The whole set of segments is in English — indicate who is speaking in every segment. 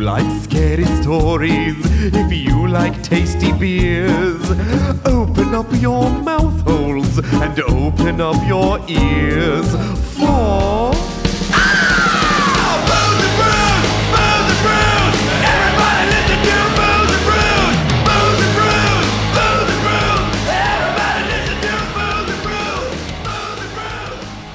Speaker 1: like scary stories, if you like tasty beers, open up your mouth holes and open up your ears for.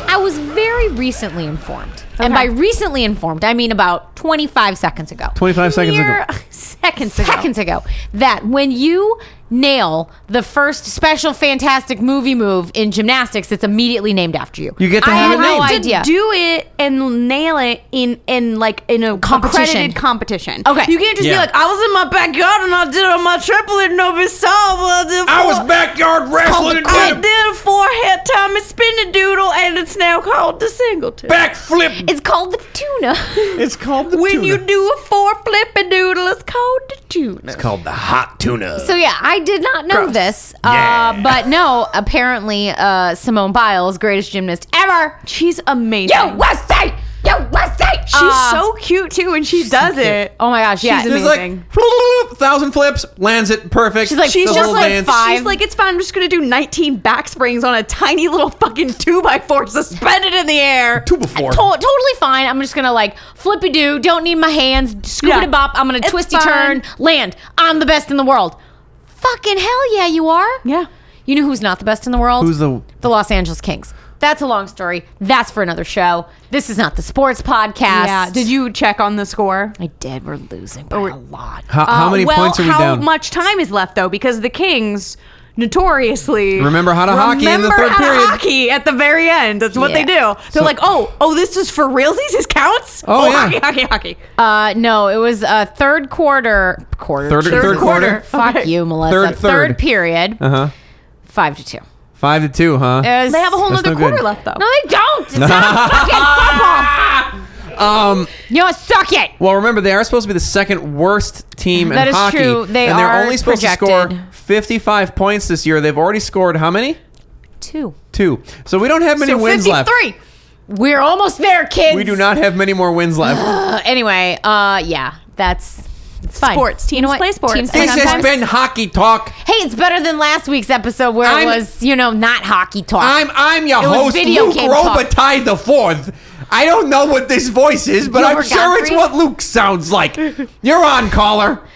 Speaker 2: I was very recently informed. And by recently informed, I mean about 25 seconds ago.
Speaker 3: 25 seconds ago.
Speaker 2: Mere Seconds ago. Seconds ago. That when you nail the first special fantastic movie move in gymnastics, it's immediately named after you.
Speaker 3: You get to
Speaker 2: I
Speaker 3: have
Speaker 2: had
Speaker 3: a
Speaker 2: no
Speaker 3: name.
Speaker 4: to
Speaker 2: idea.
Speaker 4: do it and nail it in in like in a
Speaker 2: Competition.
Speaker 4: accredited competition.
Speaker 2: Okay.
Speaker 4: you can't just be
Speaker 3: Yeah.
Speaker 4: like, I was in my backyard and I did it on my triple and nobody saw. Well, the
Speaker 3: I was
Speaker 4: four-
Speaker 3: backyard wrestling and
Speaker 4: I
Speaker 3: did a
Speaker 4: did a four head time and spin a doodle, and it's now called the singleton.
Speaker 3: backflip.
Speaker 2: it's called the tuna.
Speaker 3: It's called the
Speaker 4: when
Speaker 3: tuna.
Speaker 4: you do a four flip a doodle, it's called the tuna.
Speaker 3: called the hot tuna.
Speaker 2: So yeah, I did not know this,
Speaker 3: Yeah.
Speaker 2: uh, but no, apparently uh, Simone Biles, greatest gymnast ever.
Speaker 4: She's amazing.
Speaker 2: You USA, USA.
Speaker 4: She's so cute too, and she does it.
Speaker 2: Uh, Oh my gosh, yeah.
Speaker 4: She's
Speaker 3: It's
Speaker 4: amazing.
Speaker 3: like floop, thousand flips, lands it perfect.
Speaker 2: She's like,
Speaker 3: The
Speaker 2: she's
Speaker 3: whole
Speaker 2: just like
Speaker 3: dance.
Speaker 2: five.
Speaker 4: She's like, it's fine. I'm just gonna do 19 back springs on a tiny little fucking two by four suspended in the air.
Speaker 3: Two before.
Speaker 2: To- totally fine. I'm just gonna like flippy do. Don't need my hands. Scoobity
Speaker 4: Yeah.
Speaker 2: bop. I'm gonna
Speaker 4: It's
Speaker 2: twisty
Speaker 4: fine.
Speaker 2: turn. Land. I'm the best in the world. Fucking hell yeah, you are.
Speaker 4: Yeah.
Speaker 2: You know who's not the best in the world?
Speaker 3: Who's the-
Speaker 2: the Los Angeles Kings? That's a long story. That's for another show. This is not the sports podcast.
Speaker 4: Yeah. Did you Oh, check on the score?
Speaker 2: I did. We're losing by a lot.
Speaker 3: How, how
Speaker 4: Uh,
Speaker 3: many
Speaker 4: well,
Speaker 3: points are we
Speaker 4: how
Speaker 3: down?
Speaker 4: much time is left though? Because the Kings notoriously
Speaker 3: Remember how to hockey in the
Speaker 4: remember
Speaker 3: third
Speaker 4: how to
Speaker 3: period.
Speaker 4: hockey at the very end. That's what they do.
Speaker 2: Yeah.
Speaker 4: They're like, oh, oh, this is for realsies. This counts.
Speaker 3: Oh, yeah.
Speaker 4: hockey, hockey, hockey.
Speaker 2: Uh, no, it was uh, third quarter. Quarter.
Speaker 3: Third-
Speaker 2: Jesus.
Speaker 3: third quarter?
Speaker 2: Fuck
Speaker 4: Okay.
Speaker 2: you, Melissa.
Speaker 3: Third- third.
Speaker 2: period.
Speaker 3: Uh huh.
Speaker 2: Five to two.
Speaker 3: Five to two, huh?
Speaker 2: It was-
Speaker 4: They have a whole
Speaker 3: That's
Speaker 4: nother
Speaker 3: no
Speaker 4: quarter
Speaker 3: good.
Speaker 4: left though.
Speaker 2: No, they don't. It's not fucking football.
Speaker 3: um.
Speaker 2: You know, what? suck it.
Speaker 3: Well, remember they are supposed to be the second worst team in
Speaker 2: That is
Speaker 3: hockey,
Speaker 2: true. They
Speaker 3: and they're
Speaker 2: are
Speaker 3: only supposed to score
Speaker 2: projected.
Speaker 3: 55 points this year. They've already scored how many?
Speaker 2: Two.
Speaker 3: Two. So we don't have many
Speaker 4: So
Speaker 3: wins left.
Speaker 4: 53.
Speaker 2: We're almost there, kids.
Speaker 3: We do not have many more wins left.
Speaker 2: Uh, anyway, uh, yeah, that's it's fine.
Speaker 4: Sports.
Speaker 2: You know
Speaker 4: Teams
Speaker 2: what?
Speaker 4: play sports.
Speaker 2: Teams play
Speaker 3: this has
Speaker 2: sometimes.
Speaker 3: been hockey talk.
Speaker 2: hey, it's better than last week's episode where
Speaker 3: I'm-
Speaker 2: it was, you know, not hockey talk.
Speaker 3: I'm I'm your
Speaker 2: It was
Speaker 3: host,
Speaker 2: video
Speaker 3: Luke
Speaker 2: game talk.
Speaker 3: Robitaille the Fourth. I don't know what this voice is, but I'm
Speaker 2: Gilbert
Speaker 3: sure it's
Speaker 2: Gottfried?
Speaker 3: what Luke sounds like. You're on, caller.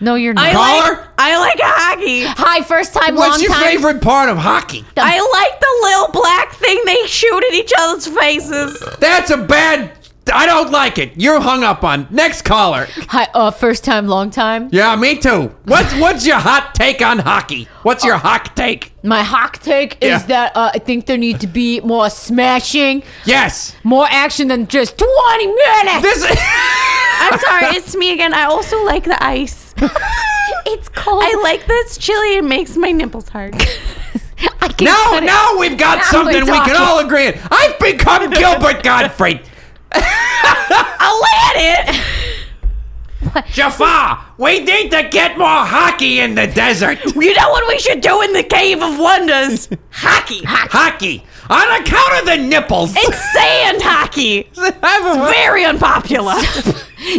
Speaker 2: no, you're
Speaker 4: I
Speaker 2: not.
Speaker 3: Caller?
Speaker 4: like, I like hockey.
Speaker 2: Hi, first time,
Speaker 3: What's
Speaker 2: long
Speaker 3: your
Speaker 2: time.
Speaker 3: favorite part of hockey?
Speaker 4: I like the little black thing they shoot at each other's faces.
Speaker 3: That's a bad. I don't like it. You're hung up on. Next caller.
Speaker 2: Hi, uh, first time, long time.
Speaker 3: Yeah, me too. What's what's your hot take on hockey? What's your hot take?
Speaker 2: My hot take is
Speaker 3: Yeah.
Speaker 2: that uh, I think there need to be more smashing,
Speaker 3: Yes.
Speaker 2: more action than just 20 minutes.
Speaker 3: This.
Speaker 4: I'm sorry, it's me again. I also like the ice.
Speaker 2: it's cold.
Speaker 4: I like this chili. It makes my nipples hard.
Speaker 2: I can
Speaker 3: No,
Speaker 2: cut it.
Speaker 3: now we've got
Speaker 2: Now
Speaker 3: something
Speaker 2: we're
Speaker 3: we
Speaker 2: talking.
Speaker 3: can all agree on. I've become Gilbert Godfrey.
Speaker 4: I landed.
Speaker 3: Jafar, we need to get more hockey in the desert.
Speaker 4: You know what we should do in the Cave of Wonders? hockey.
Speaker 3: Hockey on account of the nipples.
Speaker 4: It's sand hockey.
Speaker 3: I've-
Speaker 4: Very unpopular.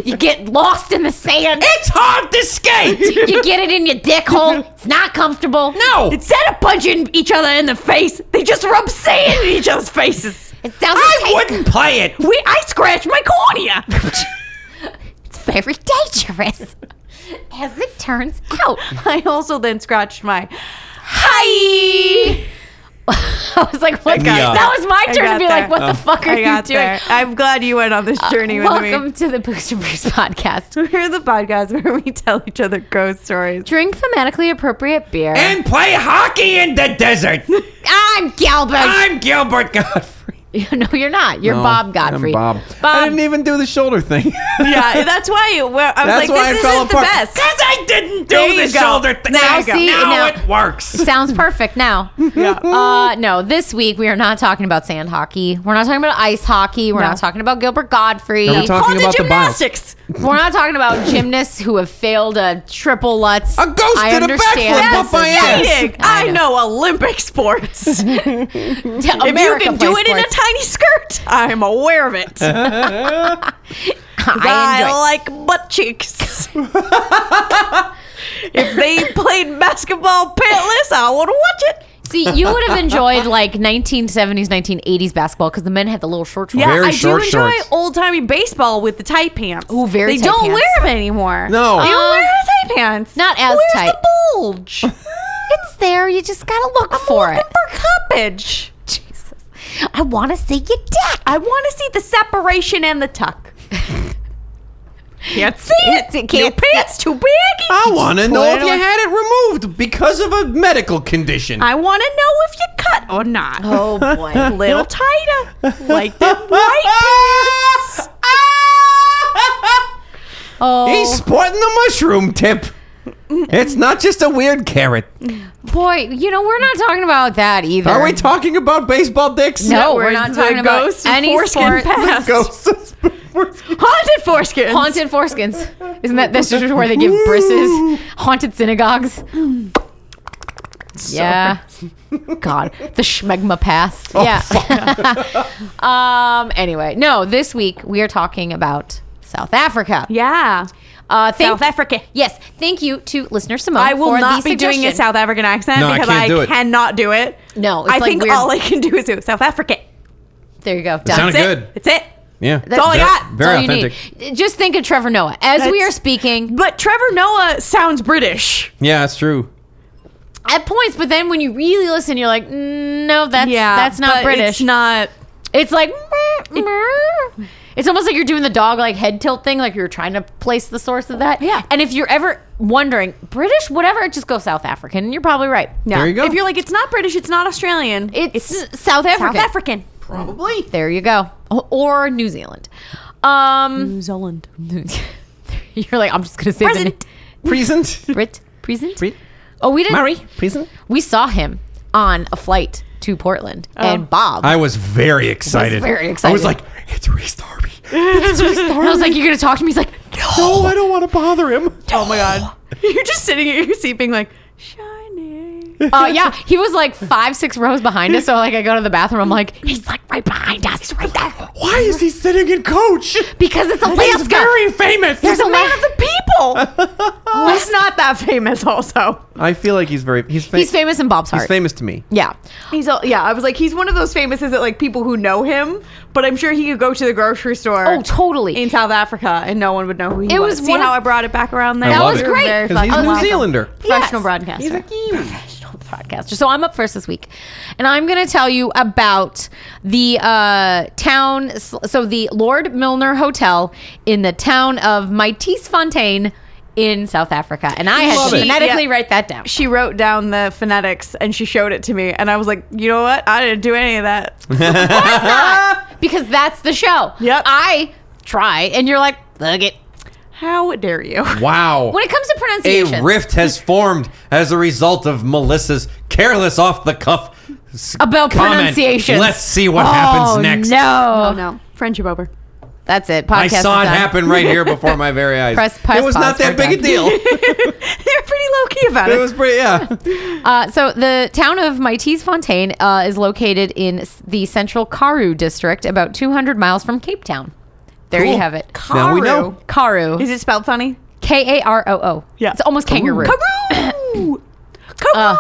Speaker 2: You get lost in the sand.
Speaker 3: it's hard to skate.
Speaker 2: you get it in your dick hole. It's not comfortable.
Speaker 3: No,
Speaker 4: Instead of punching each other in the face, they just rub sand in each other's faces.
Speaker 2: It doesn't
Speaker 3: I
Speaker 2: taste
Speaker 3: wouldn't play it.
Speaker 4: We, I scratched my cornea.
Speaker 2: very dangerous. As it turns out.
Speaker 4: I also then scratched my hi.
Speaker 2: I was like, what?
Speaker 3: got-
Speaker 2: That was my turn
Speaker 4: got
Speaker 2: to be
Speaker 4: there.
Speaker 2: like, what
Speaker 3: Oh.
Speaker 2: the fuck are
Speaker 4: I
Speaker 2: you
Speaker 4: got
Speaker 2: doing?
Speaker 4: there. I'm glad you went on this journey with
Speaker 2: Welcome
Speaker 4: me.
Speaker 2: to the Booster Bruce podcast.
Speaker 4: We're the podcast where we tell each other ghost stories.
Speaker 2: Drink thematically appropriate beer.
Speaker 3: And play hockey in the desert.
Speaker 2: I'm Galbert.
Speaker 3: I'm Gilbert Godfrey.
Speaker 2: no, you're not. You're
Speaker 3: No,
Speaker 2: Bob Godfrey.
Speaker 3: I'm Bob.
Speaker 2: Bob.
Speaker 3: I didn't even do the shoulder thing.
Speaker 4: Yeah, that's why you, where, I was like,
Speaker 3: That's why
Speaker 4: this
Speaker 3: I fell
Speaker 4: isn't
Speaker 3: apart.
Speaker 4: the best.
Speaker 3: Because I didn't
Speaker 4: There
Speaker 3: do
Speaker 4: you
Speaker 3: the
Speaker 4: go.
Speaker 3: shoulder thing.
Speaker 4: Now
Speaker 3: There you
Speaker 2: you see,
Speaker 3: go. now,
Speaker 2: now-
Speaker 3: it works.
Speaker 2: Sounds perfect now. Uh, no, this week we are not talking about sand hockey. We're not talking about ice hockey. We're
Speaker 4: No.
Speaker 2: not talking about Gilbert Godfrey.
Speaker 3: No, we're talking-
Speaker 4: Hold the
Speaker 3: about the bias.
Speaker 4: gymnastics.
Speaker 2: We're not talking about gymnasts who have failed a triple lutz.
Speaker 3: A ghost
Speaker 2: I
Speaker 3: did a
Speaker 2: understand.
Speaker 3: backflip up my
Speaker 2: Yes.
Speaker 3: ass.
Speaker 4: Skating. I know Olympic sports. if you
Speaker 2: T- America
Speaker 4: can do
Speaker 2: plays
Speaker 4: it in a
Speaker 2: sports.
Speaker 4: tiny skirt, I'm aware of it.
Speaker 2: I enjoy.
Speaker 4: like butt cheeks. if they played basketball pantless, I would watch it.
Speaker 2: See, you would have enjoyed like 1970s, 1980s basketball because the men had the little short shorts.
Speaker 4: Yeah,
Speaker 3: Very
Speaker 4: I
Speaker 3: short
Speaker 4: do enjoy
Speaker 3: shorts.
Speaker 4: old timey baseball with the tight pants.
Speaker 2: Ooh, very
Speaker 4: They
Speaker 2: tight
Speaker 4: don't
Speaker 2: pants.
Speaker 4: wear them anymore.
Speaker 3: No.
Speaker 4: they
Speaker 2: Uh,
Speaker 4: don't wear the tight pants.
Speaker 2: not as
Speaker 4: Where's
Speaker 2: tight.
Speaker 4: the bulge?
Speaker 2: It's there. You just gotta look
Speaker 4: I'm
Speaker 2: for
Speaker 4: looking
Speaker 2: it.
Speaker 4: for cuppage.
Speaker 2: Jesus, I want to see your dick.
Speaker 4: I want to see the separation and the tuck. Can't see it.
Speaker 2: Can't
Speaker 4: Your
Speaker 2: see-
Speaker 4: pants too big.
Speaker 3: I want to know
Speaker 2: Put it
Speaker 3: if you
Speaker 2: on-
Speaker 3: had it removed because of a medical condition.
Speaker 4: I want to know if you cut or not.
Speaker 2: Oh
Speaker 4: A
Speaker 2: boy.
Speaker 4: little tighter, like them white pants.
Speaker 2: Oh
Speaker 3: He's sporting the mushroom tip. It's not just a weird carrot.
Speaker 2: boy. You know we're not talking about that either.
Speaker 3: Are we talking about baseball dicks?
Speaker 2: No,
Speaker 4: That
Speaker 2: we're
Speaker 4: Oh, were
Speaker 2: not
Speaker 4: the
Speaker 2: talking about
Speaker 4: ghost
Speaker 2: any
Speaker 4: foreskin
Speaker 2: sports.
Speaker 4: past.
Speaker 3: Ghosts.
Speaker 4: Haunted foreskin.
Speaker 2: Haunted foreskins. Isn't that that's just where they give brisses? Haunted synagogues. Yeah. God, the schmegma path.
Speaker 4: Oh,
Speaker 2: yeah. um. Anyway, no. This week we are talking about South Africa.
Speaker 4: Yeah.
Speaker 2: Uh, thank,
Speaker 4: South Africa.
Speaker 2: Yes. Thank you to listener Simone.
Speaker 4: I will
Speaker 2: for
Speaker 4: not
Speaker 2: the
Speaker 4: be doing a
Speaker 2: suggestion.
Speaker 4: South African accent
Speaker 3: No, I
Speaker 4: because
Speaker 3: can't
Speaker 4: I,
Speaker 3: do it.
Speaker 4: cannot do it.
Speaker 2: No, it's
Speaker 4: I
Speaker 2: like
Speaker 4: think
Speaker 2: weird-
Speaker 4: all I can do is do South Africa.
Speaker 2: There you go. Done.
Speaker 3: sounded
Speaker 4: That's
Speaker 3: Good.
Speaker 4: It. It's it.
Speaker 3: Yeah.
Speaker 2: That's
Speaker 4: all I
Speaker 3: Very-
Speaker 4: got. That's
Speaker 3: Very
Speaker 2: all you
Speaker 3: authentic.
Speaker 2: need. Just think of Trevor Noah as we
Speaker 4: That's-
Speaker 2: are speaking
Speaker 4: But Trevor Noah sounds British.
Speaker 3: Yeah, it's true.
Speaker 2: at points, but then when you really listen, you're like, "Mm, no, that's that's not
Speaker 4: but
Speaker 2: British.
Speaker 4: It's not.
Speaker 2: It's like it's almost like you're doing the dog like head tilt thing, like you're trying to place the source of that.
Speaker 4: Yeah.
Speaker 2: And if you're ever wondering British, whatever, just go South African. And you're probably right.
Speaker 4: Yeah.
Speaker 3: There you go.
Speaker 4: If you're like, it's not British, it's not Australian.
Speaker 2: It's, South African.
Speaker 4: South African.
Speaker 3: Probably.
Speaker 2: There you go. O- Or New Zealand. Um,
Speaker 4: New Zealand.
Speaker 2: you're like I'm just gonna say
Speaker 4: Present.
Speaker 3: Present.
Speaker 2: the name. Brit present.
Speaker 3: Brit.
Speaker 2: Oh, we didn't.
Speaker 3: Murray. Present.
Speaker 2: We saw him on a flight to Portland,
Speaker 4: Oh.
Speaker 2: and Bob.
Speaker 3: I was very excited.
Speaker 2: very
Speaker 3: I was
Speaker 2: excited.
Speaker 3: like, it's Reese Darby.
Speaker 2: I was like, "You're gonna talk to me?" He's like,
Speaker 3: No, I don't want to bother him.
Speaker 4: Oh my God. You're just sitting at your seat being like, shiny.
Speaker 2: Oh yeah, he was like five, six rows behind us. So like, I go to the bathroom. I'm like, he's like right behind us, right there,
Speaker 3: Why is he sitting in coach?
Speaker 2: because it's
Speaker 3: He's
Speaker 2: Alaska.
Speaker 3: very famous.
Speaker 2: There's a
Speaker 4: Man
Speaker 2: man.
Speaker 4: of the people. He's not that famous, also.
Speaker 3: I feel like he's very. He's, fa-
Speaker 2: He's famous in Bob's heart.
Speaker 3: He's famous to me.
Speaker 2: Yeah,
Speaker 4: He's all, yeah. I was like, he's one of those famouses that like people who know him, but I'm sure he could go to the grocery store.
Speaker 2: Oh, totally.
Speaker 4: In South Africa, and no one would know who he
Speaker 2: It
Speaker 4: was.
Speaker 2: was
Speaker 4: See
Speaker 2: one
Speaker 4: how
Speaker 2: of-
Speaker 4: I brought it back around there.
Speaker 3: I
Speaker 2: that
Speaker 3: love
Speaker 2: was
Speaker 3: it.
Speaker 2: great.
Speaker 4: Very
Speaker 3: 'Cause he's
Speaker 4: fucking
Speaker 3: New
Speaker 4: welcome.
Speaker 3: Zealer.
Speaker 4: professional
Speaker 2: Yes.
Speaker 4: broadcaster.
Speaker 2: He's a professional broadcaster. So I'm up first this week, and I'm going to tell you about the uh, town. So the Lord Milner Hotel in the town of Maitisfontein in South Africa, and I had
Speaker 4: Love
Speaker 2: to
Speaker 4: it.
Speaker 2: phonetically
Speaker 4: Yeah.
Speaker 2: write that down.
Speaker 4: she wrote down the phonetics and she showed it to me, and I was like, you know what? I didn't do any of that. Ah!
Speaker 2: because that's the show.
Speaker 4: Yep.
Speaker 2: I try, and you're like, look it.
Speaker 4: how dare you?
Speaker 3: Wow.
Speaker 2: When it comes to pronunciation,
Speaker 3: a rift has formed as a result of Melissa's careless off the cuff
Speaker 2: about pronunciation.
Speaker 3: Let's see what happens next.
Speaker 2: No,
Speaker 4: Oh no, friendship over.
Speaker 2: that's it.
Speaker 3: I
Speaker 2: Podcast.
Speaker 3: saw
Speaker 2: is
Speaker 3: it
Speaker 2: done.
Speaker 3: happen right here before my very eyes.
Speaker 2: Press- press
Speaker 3: it was
Speaker 2: pause,
Speaker 3: not that
Speaker 2: we're
Speaker 3: big a deal. it
Speaker 4: They're pretty low key about it.
Speaker 3: was pretty, yeah.
Speaker 2: Uh, so the town of Maitisfontein uh, is located in s- the central Karoo district, about 200 miles from Cape Town. There you
Speaker 3: Cool.
Speaker 2: have it.
Speaker 3: Now we know.
Speaker 2: Karoo.
Speaker 4: Is it spelled funny?
Speaker 2: K A R O O.
Speaker 4: Yeah.
Speaker 2: It's almost kangaroo.
Speaker 4: Karoo.
Speaker 2: Uh,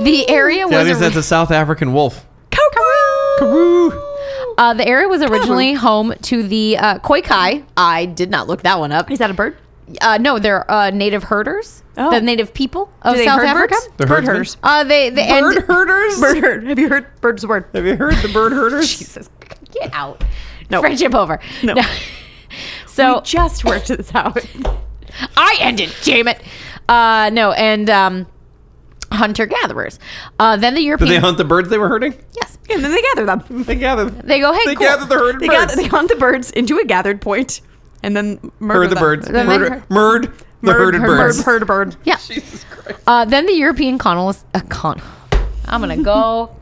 Speaker 2: the area
Speaker 3: That
Speaker 2: was
Speaker 3: is,
Speaker 2: ori-
Speaker 3: that's a South African wolf.
Speaker 4: Karoo.
Speaker 2: uh, the area was originally home to the uh, Khoikhai. I did not look that one up.
Speaker 4: Is that a bird?
Speaker 2: Uh, no, they're uh, native herders.
Speaker 4: Oh.
Speaker 2: The native people of
Speaker 4: Do they
Speaker 2: Oh, South
Speaker 4: herd
Speaker 2: Africa.
Speaker 4: birds?
Speaker 3: The
Speaker 4: bird
Speaker 3: herdsmen?
Speaker 4: herders.
Speaker 2: Uh, they they
Speaker 4: Bird
Speaker 2: and,
Speaker 4: herders. Bird herd. Have you heard birds word?
Speaker 3: Have you heard the bird herders?
Speaker 2: Jesus, get out.
Speaker 4: No.
Speaker 2: Friendship over.
Speaker 4: No.
Speaker 2: so
Speaker 4: Just worked this out.
Speaker 2: I ended, damn it. Uh, no, and um, hunter gatherers. Uh, then the
Speaker 3: Did
Speaker 2: European.
Speaker 3: they hunt the birds they were herding?
Speaker 2: Yes,
Speaker 4: and then they gather them.
Speaker 3: They gathered.
Speaker 2: they go. Hey,
Speaker 3: They
Speaker 2: cool.
Speaker 3: gathered the herded
Speaker 4: They,
Speaker 3: birds.
Speaker 4: gather, they hunt the birds into a gathered point and then murder
Speaker 3: Herd the
Speaker 4: them.
Speaker 3: birds.
Speaker 2: Then they
Speaker 3: Murder,
Speaker 2: herd-
Speaker 3: murd the herded
Speaker 2: herd-
Speaker 3: birds.
Speaker 4: Bird, herd a bird.
Speaker 2: Yeah. Uh, then the European colonists. Uh, con- I'm gonna go.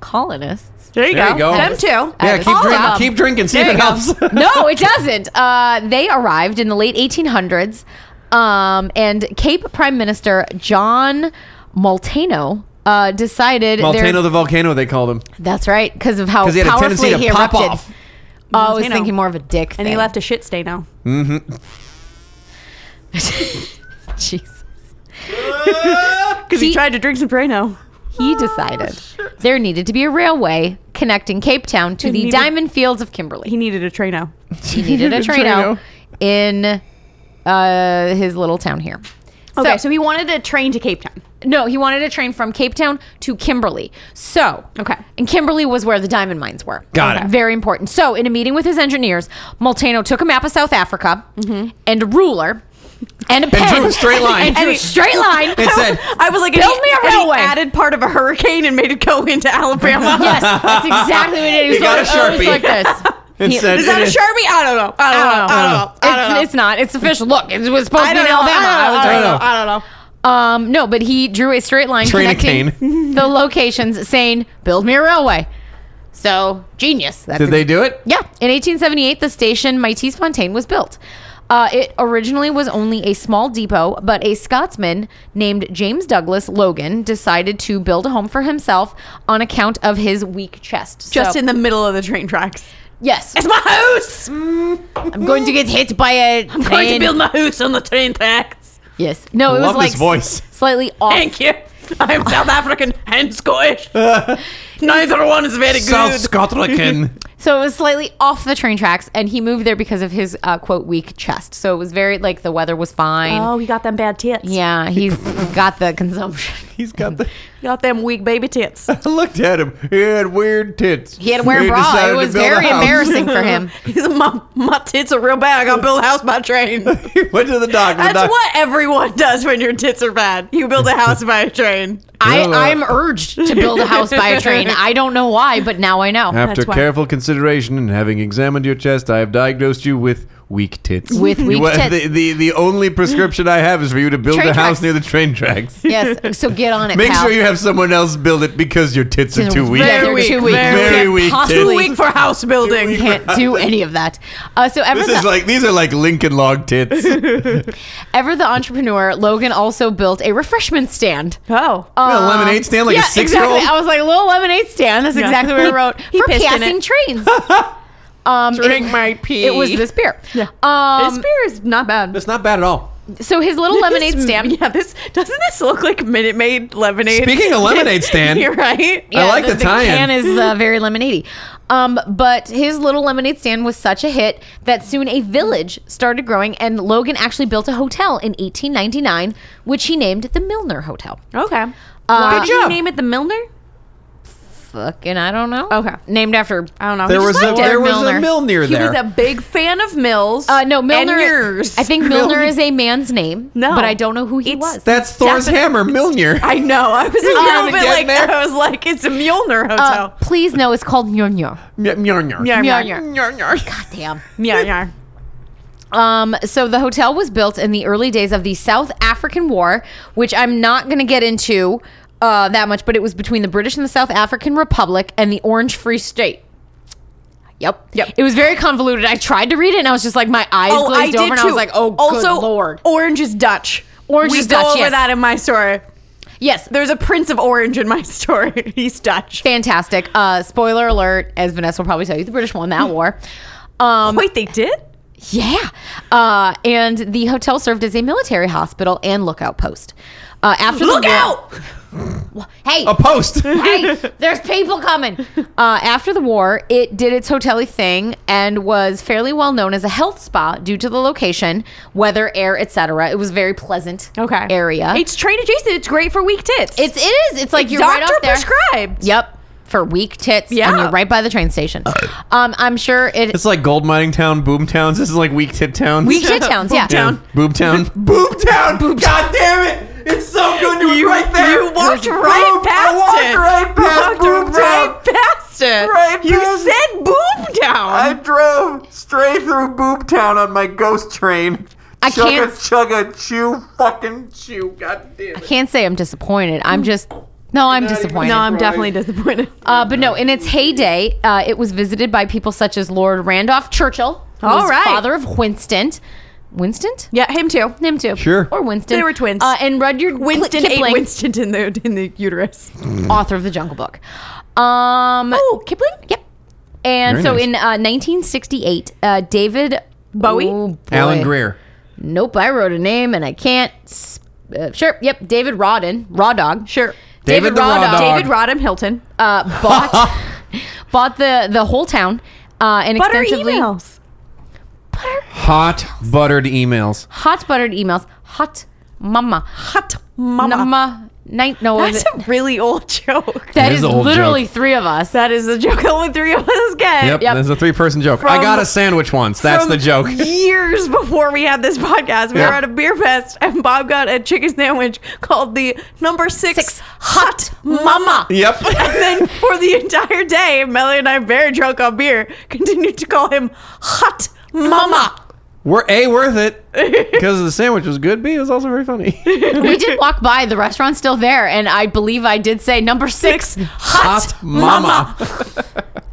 Speaker 2: colonists.
Speaker 4: There you
Speaker 3: There
Speaker 4: go.
Speaker 3: you go.
Speaker 4: Them too.
Speaker 2: I
Speaker 3: Yeah,
Speaker 2: just-
Speaker 3: keep,
Speaker 2: All
Speaker 3: drink,
Speaker 2: of 'em.
Speaker 3: keep drinking. See if
Speaker 4: There
Speaker 3: it
Speaker 4: you go.
Speaker 3: helps.
Speaker 2: no, it doesn't. Uh, they arrived in the late 1800s, um, and Cape Prime Minister John Molteno uh, decided. their-
Speaker 3: Volcano the volcano, they called him.
Speaker 2: That's right, because of how
Speaker 3: Because he had a
Speaker 2: powerfully
Speaker 3: tendency to
Speaker 2: he
Speaker 3: pop
Speaker 2: erupted.
Speaker 3: off.
Speaker 2: Oh, I was
Speaker 4: Montano.
Speaker 2: thinking more of a dick.
Speaker 4: And he
Speaker 2: thing.
Speaker 4: left a shit stain now.
Speaker 2: Jeez.
Speaker 4: Because he, tried to drink some Prano.
Speaker 2: He decided there needed to be a railway connecting Cape Town to
Speaker 4: It
Speaker 2: the
Speaker 4: needed-
Speaker 2: diamond fields of Kimberley.
Speaker 4: He needed a Trano.
Speaker 2: He needed a traino in uh, his little town here.
Speaker 4: Okay, so, he wanted a train to Cape Town.
Speaker 2: No, he wanted a train from Cape Town to Kimberly. So,
Speaker 4: Okay.
Speaker 2: And Kimberly was where the diamond mines were.
Speaker 3: Got it.
Speaker 2: Very important. So, in a meeting with his engineers, Moltano took a map of South Africa and a ruler and a pen.
Speaker 3: drew a straight line.
Speaker 2: and drew a straight line.
Speaker 3: It said,
Speaker 4: I was like, and
Speaker 2: Build
Speaker 4: he-
Speaker 2: me a
Speaker 4: and he
Speaker 2: railway.
Speaker 4: added part of a hurricane and made it go into Alabama.
Speaker 2: yes, that's exactly what it is.
Speaker 3: He got
Speaker 2: It's
Speaker 3: a
Speaker 2: always
Speaker 3: Sharpie.
Speaker 2: like this.
Speaker 3: It
Speaker 2: He-
Speaker 3: said,
Speaker 4: Is that a
Speaker 3: it is-
Speaker 4: Sharpie? I don't know. I don't know. I don't know. I don't know.
Speaker 2: It's, it's not. It's official. Look, it was supposed
Speaker 4: I
Speaker 2: to be in
Speaker 4: don't know.
Speaker 2: Alabama. I was
Speaker 4: I don't
Speaker 2: right.
Speaker 4: know. I don't know.
Speaker 2: Um, no, but he drew a straight line
Speaker 3: Train of
Speaker 2: connecting the locations, saying, "Build me a railway." So genius. That's
Speaker 3: Did they do it?
Speaker 2: Yeah, in 1878, the station Maitis Fontaine was built. Uh, it originally was only a small depot, but a Scotsman named James Douglas Logan decided to build a home for himself on account of his weak chest.
Speaker 4: Just
Speaker 2: So-
Speaker 4: in the middle of the train tracks.
Speaker 2: yes,
Speaker 4: It's my house.
Speaker 2: I'm going to get hit by a train.
Speaker 4: I'm going to build my house on the train tracks.
Speaker 2: yes, no, it
Speaker 3: Love
Speaker 2: was like
Speaker 3: this voice.
Speaker 2: slightly off.
Speaker 4: Thank you. I'm South African and Scottish. Neither one is very
Speaker 3: South
Speaker 4: good.
Speaker 3: Scotland.
Speaker 2: So it was slightly off the train tracks, and he moved there because of his uh, quote weak chest. So it was very like the weather was fine.
Speaker 4: Oh, he got them bad tits.
Speaker 2: Yeah, he's got the consumption.
Speaker 3: He's got the.
Speaker 4: He got them weak baby tits.
Speaker 3: I looked at him. He had weird tits.
Speaker 2: He had to wear a bra.
Speaker 3: decided
Speaker 2: It
Speaker 3: to
Speaker 2: was
Speaker 3: build a
Speaker 2: very
Speaker 3: house.
Speaker 2: embarrassing for him.
Speaker 4: He's like, my, my tits are real bad. I got to build a house by train.
Speaker 3: He went to the doctor.
Speaker 4: That's
Speaker 3: the doc-
Speaker 4: what everyone does when your tits are bad. You build a house by a train.
Speaker 2: I,
Speaker 3: Yeah, well-
Speaker 2: I'm urged to build a house by a train. I don't know why, but now I know.
Speaker 3: After
Speaker 4: That's why.
Speaker 3: careful consideration and having examined your chest, I have diagnosed you with weak tits.
Speaker 2: With weak
Speaker 3: Well,
Speaker 2: tits.
Speaker 3: The, the, the only prescription I have is for you to build
Speaker 2: Train
Speaker 3: a house
Speaker 2: tracks.
Speaker 3: near the train tracks.
Speaker 2: yes, so get on it.
Speaker 3: Make
Speaker 2: pal.
Speaker 3: sure you have someone else build it because your tits are too weak.
Speaker 2: Yeah, they're
Speaker 4: weak,
Speaker 2: too weak.
Speaker 4: very
Speaker 2: You can't
Speaker 3: weak tits.
Speaker 2: Possibly
Speaker 4: Too weak for house building.
Speaker 2: can't do any of that. Uh, so ever
Speaker 3: This
Speaker 2: the,
Speaker 3: is like these are like Lincoln log tits. Well,
Speaker 2: ever the entrepreneur, Logan also built a refreshment stand.
Speaker 4: Oh.
Speaker 2: Um,
Speaker 3: a lemonade stand like
Speaker 2: yeah,
Speaker 3: a six year
Speaker 2: exactly. I
Speaker 3: old.
Speaker 2: was like, little lemonade stand. That's
Speaker 4: Yeah.
Speaker 2: exactly what I wrote
Speaker 4: He
Speaker 2: for
Speaker 4: pissed in
Speaker 2: passing
Speaker 4: it.
Speaker 2: trains. Um,
Speaker 3: Drink
Speaker 2: it-
Speaker 3: my pee.
Speaker 2: It was this beer.
Speaker 4: Yeah.
Speaker 2: Um,
Speaker 4: this beer is not bad.
Speaker 3: It's not bad at all.
Speaker 2: So his little lemonade
Speaker 4: This-
Speaker 2: stand.
Speaker 4: Yeah, this doesn't this look like Minute Maid lemonade?
Speaker 3: Speaking of lemonade stand,
Speaker 4: You're right.
Speaker 3: I like the, tie-in. Mm-hmm.
Speaker 2: can is uh, very lemonadey. Um, but his little lemonade stand was such a hit that soon a village started growing, and Logan actually built a hotel in 1899, which he named the Milner Hotel.
Speaker 4: Okay.
Speaker 2: Why
Speaker 4: did
Speaker 2: did
Speaker 3: you
Speaker 4: you
Speaker 3: job.
Speaker 4: name
Speaker 3: name
Speaker 4: it the Milner?
Speaker 2: Fucking, I don't know.
Speaker 4: Okay.
Speaker 2: named after
Speaker 4: I don't know.
Speaker 3: there was a
Speaker 2: liked it.
Speaker 3: there was
Speaker 2: Milner.
Speaker 3: a mill near
Speaker 4: he
Speaker 3: there.
Speaker 4: was a big fan of Mills.
Speaker 2: Uh, no, Milner.
Speaker 4: And yours.
Speaker 2: I think Milner is a man's name.
Speaker 4: No.
Speaker 2: but I don't know who he
Speaker 4: It's-
Speaker 2: was.
Speaker 3: That's Thor's
Speaker 4: Definite-
Speaker 3: hammer, Milner.
Speaker 4: I know. I was a little
Speaker 3: gonna
Speaker 4: bit
Speaker 3: get
Speaker 4: like
Speaker 3: there.
Speaker 4: I was like, it's a Milner
Speaker 2: Uh,
Speaker 4: hotel.
Speaker 2: please no, it's called Mjolnir.
Speaker 3: Milner.
Speaker 2: Mjolnir.
Speaker 3: Milner.
Speaker 2: Damn.
Speaker 4: Yeah, yeah.
Speaker 2: Um, so the hotel was built in the early days of the South African War, which I'm not going to get into uh, that much, but it was between the British and the South African Republic and the Orange Free State. Yep.
Speaker 4: Yep.
Speaker 2: It was very convoluted. I tried to read it and I was just like, my eyes
Speaker 4: Oh,
Speaker 2: glazed over and I was like, oh,
Speaker 4: also,
Speaker 2: good lord.
Speaker 4: Orange is Dutch.
Speaker 2: Orange
Speaker 4: we
Speaker 2: is
Speaker 4: go
Speaker 2: Dutch,
Speaker 4: over
Speaker 2: yes.
Speaker 4: that in my story.
Speaker 2: yes.
Speaker 4: There's a Prince of Orange in my story. He's Dutch.
Speaker 2: Fantastic. Uh, spoiler alert, as Vanessa will probably tell you, the British won that war. Um,
Speaker 4: Wait, they did?
Speaker 2: Yeah. Uh, and the hotel served as a military hospital and lookout post. Uh, after
Speaker 4: Look
Speaker 2: the war-
Speaker 4: out!
Speaker 2: Hey,
Speaker 3: A post.
Speaker 2: hey, there's people coming. Uh, after the war, it did its hotel thing and was fairly well known as a health spa due to the location, weather, air, etc. It was a very pleasant
Speaker 4: Okay.
Speaker 2: area.
Speaker 4: It's train adjacent. It's great for weak tits.
Speaker 2: it's it is. It's like you're right
Speaker 4: doctor
Speaker 2: up there.
Speaker 4: prescribed.
Speaker 2: Yep. For weak tits, and
Speaker 4: Yeah.
Speaker 2: you're right by the train station. Um, I'm sure it.
Speaker 3: It's like gold mining town, boom towns. This is like weak tit towns.
Speaker 2: Weak tit towns, yeah.
Speaker 3: Yeah.
Speaker 4: Town.
Speaker 3: Boob town. boob town. God damn it! It's so good to
Speaker 4: You, you walked right past it. You walked right past it.
Speaker 3: Right
Speaker 4: you
Speaker 3: past-
Speaker 4: said boob down.
Speaker 3: drove straight through boob town on my ghost train.
Speaker 2: I can't-
Speaker 3: Chugga chew fucking chew. God damn it!
Speaker 2: Can't say I'm disappointed. I'm just. No, I'm
Speaker 3: even-
Speaker 2: disappointed.
Speaker 4: no, I'm
Speaker 3: Right.
Speaker 4: definitely disappointed.
Speaker 2: Uh, but no, in its heyday, uh, it was visited by people such as Lord Randolph Churchill, who
Speaker 4: All
Speaker 2: was
Speaker 4: right.
Speaker 2: father of Winston. Winston?
Speaker 4: yeah, him too.
Speaker 2: Him too.
Speaker 3: Sure.
Speaker 2: Or Winston.
Speaker 4: They were twins.
Speaker 2: Uh, and Rudyard
Speaker 4: Winston
Speaker 2: Kipling,
Speaker 4: ate Winston in the in the uterus.
Speaker 2: author of The Jungle Book. Um,
Speaker 4: Oh, Kipling.
Speaker 2: Yep. And
Speaker 3: Very
Speaker 2: so
Speaker 3: nice.
Speaker 2: in uh, 1968, uh, David
Speaker 4: Bowie?
Speaker 2: Oh,
Speaker 3: Alan
Speaker 2: boy.
Speaker 3: Greer.
Speaker 2: Nope, I wrote a name and I can't. s- Uh, sure, yep, David Rodden, Raw Dog.
Speaker 4: Sure.
Speaker 3: David the Raw Dog.
Speaker 4: David Rodham Hilton.
Speaker 2: uh, bought bought the the whole town uh, and
Speaker 4: Butter
Speaker 2: extensively
Speaker 4: emails.
Speaker 3: Hot buttered emails.
Speaker 2: hot buttered emails. Hot mama,
Speaker 4: Hot mama.
Speaker 2: mama night. No,
Speaker 4: That's
Speaker 2: that
Speaker 4: a really old joke.
Speaker 2: that
Speaker 3: is
Speaker 2: is
Speaker 3: an old
Speaker 2: literally
Speaker 3: joke.
Speaker 2: three of us.
Speaker 4: that is the joke only three of us get.
Speaker 3: Yep,
Speaker 2: Yep.
Speaker 3: that's a three person joke. I
Speaker 4: From-
Speaker 3: got a sandwich once. That's
Speaker 4: From
Speaker 3: the joke.
Speaker 4: Years before we had this podcast, we
Speaker 3: Yeah.
Speaker 4: were at a beer fest, and Bob got a chicken sandwich called the number six,
Speaker 2: Six
Speaker 4: hot mama.
Speaker 3: Yep.
Speaker 4: And then for the entire day, Melly and I, very drunk on beer, continued to call him hot mama.
Speaker 3: We're A, worth it because the sandwich was good. B, it was also very funny.
Speaker 2: we did walk by the restaurant's still there, and I believe I did say number six.
Speaker 3: Hot mama.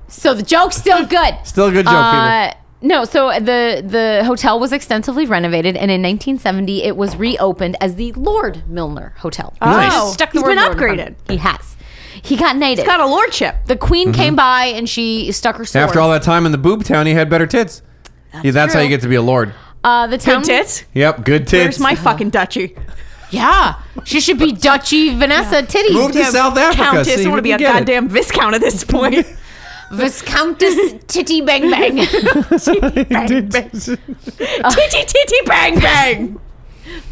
Speaker 2: So the joke's still good.
Speaker 3: Still a good joke, people.
Speaker 2: Uh, no, so the the hotel was extensively renovated, and in 1970 it was reopened as the Lord Milner Hotel.
Speaker 3: Nice.
Speaker 4: Oh,
Speaker 2: Stuck the
Speaker 4: he's
Speaker 2: word
Speaker 4: been
Speaker 2: Lord in front of
Speaker 4: upgraded.
Speaker 2: it. He has. He got knighted.
Speaker 4: Got a lordship.
Speaker 2: the queen came by and she stuck her sword.
Speaker 3: Mm-hmm. After all that time in the boob town, he had better tits. That's, yeah, that's how
Speaker 2: true.
Speaker 3: you get to be a lord.
Speaker 2: uh, the town.
Speaker 4: Good tits.
Speaker 3: Yep, good tits.
Speaker 4: Where's my fucking duchy?
Speaker 2: Yeah, she should be Duchy Vanessa Titty,
Speaker 3: Move to South Africa.
Speaker 4: Countess.
Speaker 3: see if
Speaker 4: I want
Speaker 3: you
Speaker 4: to be a
Speaker 3: can get it.
Speaker 4: goddamn viscount at this point.
Speaker 2: Viscountess Titty Bang Bang.
Speaker 4: bang, bang.
Speaker 2: Uh,
Speaker 4: Titty titty bang bang.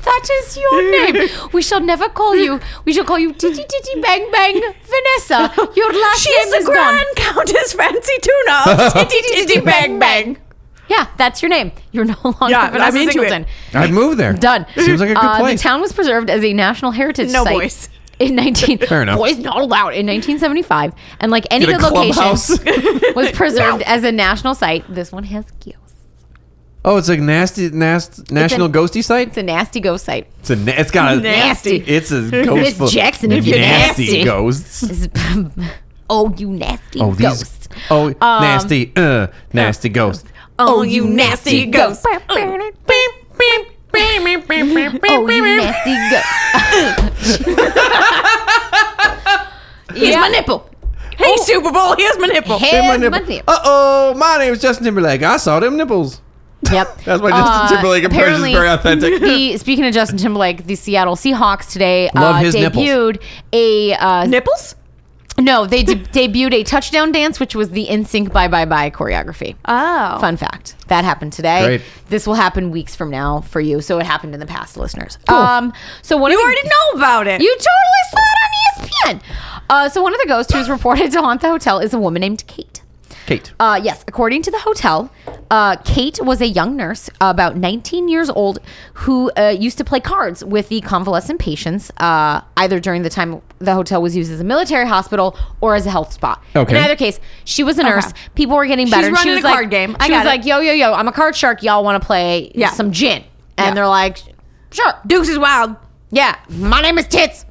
Speaker 2: that is your name. We shall never call you. We shall call you Titty Titty Bang Bang Vanessa. Your last
Speaker 4: She's
Speaker 2: name
Speaker 4: the
Speaker 2: is gone.
Speaker 4: Grand Countess Fancy Tuna of Titty Titty Bang Bang.
Speaker 2: Yeah, that's your name. You're no longer
Speaker 4: Yeah,
Speaker 2: Vanessa
Speaker 4: I'm into it.
Speaker 2: Singleton.
Speaker 3: I'd move there.
Speaker 2: Done.
Speaker 3: Seems like a good
Speaker 2: Uh,
Speaker 3: place.
Speaker 2: The town was preserved as a national heritage
Speaker 4: No
Speaker 2: site.
Speaker 4: boys.
Speaker 2: In 19
Speaker 3: Fair enough.
Speaker 2: boys not allowed in 1975 and like any
Speaker 3: Get a
Speaker 2: good location
Speaker 3: clubhouse.
Speaker 2: was preserved as a national site. This one has kiosks.
Speaker 3: oh, it's a nasty, nasty national ghosty site.
Speaker 2: It's a nasty ghost site.
Speaker 3: It's a. Na- it's got a.
Speaker 2: Nasty.
Speaker 3: It's a ghost.
Speaker 2: Miss Jackson, if you're nasty.
Speaker 3: ghosts.
Speaker 2: It's- oh, you nasty
Speaker 3: Oh, these.
Speaker 2: ghost.
Speaker 3: Oh,
Speaker 2: Um,
Speaker 3: nasty. Uh, nasty ghost.
Speaker 2: Oh, you nasty ghost. Oh, you nasty ghost. Here's my nipple.
Speaker 4: Hey,
Speaker 2: Oh.
Speaker 4: Super Bowl, here's my nipple.
Speaker 2: Here's my nipple.
Speaker 3: Uh oh, my name is Justin Timberlake. I saw them nipples.
Speaker 2: Yep.
Speaker 3: Oh, That's why Justin
Speaker 2: Uh,
Speaker 3: Timberlake impression
Speaker 2: apparently-
Speaker 3: is very authentic.
Speaker 2: The, speaking of Justin Timberlake, the Seattle Seahawks today
Speaker 3: Love
Speaker 2: uh,
Speaker 3: his nipples.
Speaker 2: debuted a uh,
Speaker 4: Nipples?
Speaker 2: no, they de- debuted a touchdown dance, which was the NSYNC "Bye Bye Bye" choreography.
Speaker 4: Oh.
Speaker 2: Fun fact that happened today.
Speaker 3: Great.
Speaker 2: This will happen weeks from now for you, so it happened in the past, listeners. Um, so one
Speaker 4: You
Speaker 2: of the-
Speaker 4: already know about it.
Speaker 2: You totally saw it on E ESPN. Uh, so one of the ghosts who's reported to haunt the hotel is a woman named Kate.
Speaker 3: Kate.
Speaker 2: Uh, yes, according to the hotel, uh, Kate was a young nurse, about 19 years old, who uh, used to play cards with the convalescent patients, uh, either during the time the hotel was used as a military hospital or as a health spa.
Speaker 3: Okay.
Speaker 2: In either case, she was a nurse.
Speaker 4: Okay.
Speaker 2: People were getting better. and she
Speaker 4: running
Speaker 2: was
Speaker 4: a
Speaker 2: like,
Speaker 4: card game. I
Speaker 2: she was
Speaker 4: got it.
Speaker 2: like, "Yo, yo, yo! I'm a card shark. Y'all want to play
Speaker 4: Yeah.
Speaker 2: some gin?" And
Speaker 4: Yeah.
Speaker 2: they're like, "Sure,
Speaker 4: Dukes is wild.
Speaker 2: yeah. My name is Tits.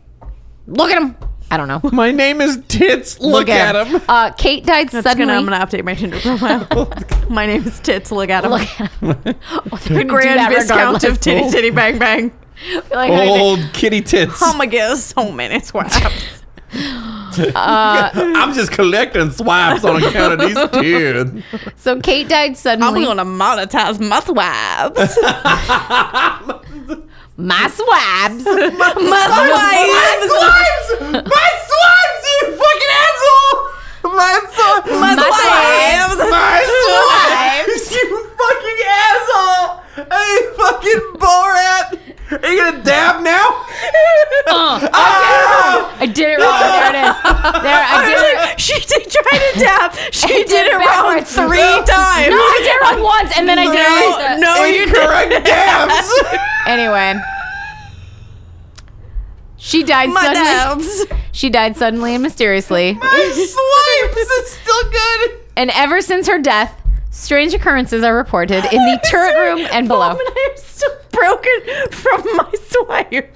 Speaker 2: Look at him. I don't know.
Speaker 3: My name is Tits. Look, at him.
Speaker 2: Uh, Kate died suddenly. Oh,
Speaker 4: Gonna, I'm going to update my Tinder profile. my name is Tits. Look at him.
Speaker 2: Look at him. Oh, they're gonna do that
Speaker 4: Grand Viscount
Speaker 2: regardless.
Speaker 4: of Titty Titty Bang Bang.
Speaker 2: Like,
Speaker 3: Old kitty tits.
Speaker 4: Oh my god, so many swabs.
Speaker 3: I'm just collecting swipes on account of these kids.
Speaker 2: So Kate died
Speaker 4: I'm
Speaker 2: suddenly.
Speaker 4: going to monetize my swabs.
Speaker 2: My swabs.
Speaker 4: my swabs.
Speaker 3: swipes! My swipes, you fucking asshole! My swipes!
Speaker 4: My
Speaker 2: My
Speaker 4: swabs.
Speaker 3: My swipes! You fucking asshole! Hey, fucking Borat! Are you gonna dab now?
Speaker 2: Oh,
Speaker 3: Ah!
Speaker 2: I did it wrong. There it is. There, I
Speaker 4: I was
Speaker 2: did it.
Speaker 4: like, she did try to dab. She did,
Speaker 2: did
Speaker 4: it
Speaker 2: it
Speaker 4: wrong
Speaker 2: backwards.
Speaker 4: three times.
Speaker 2: No, I did it wrong once, and then I did it.
Speaker 4: No,
Speaker 2: right.
Speaker 4: no, you did.
Speaker 3: Incorrect dabs!
Speaker 2: Anyway, she died
Speaker 4: My
Speaker 2: suddenly.
Speaker 4: dabs.
Speaker 2: She died suddenly and mysteriously,
Speaker 3: swipes! It's still good!
Speaker 2: and ever since her death, strange occurrences are reported in the turret room and below.
Speaker 4: Mom and I are still broken from my swipe.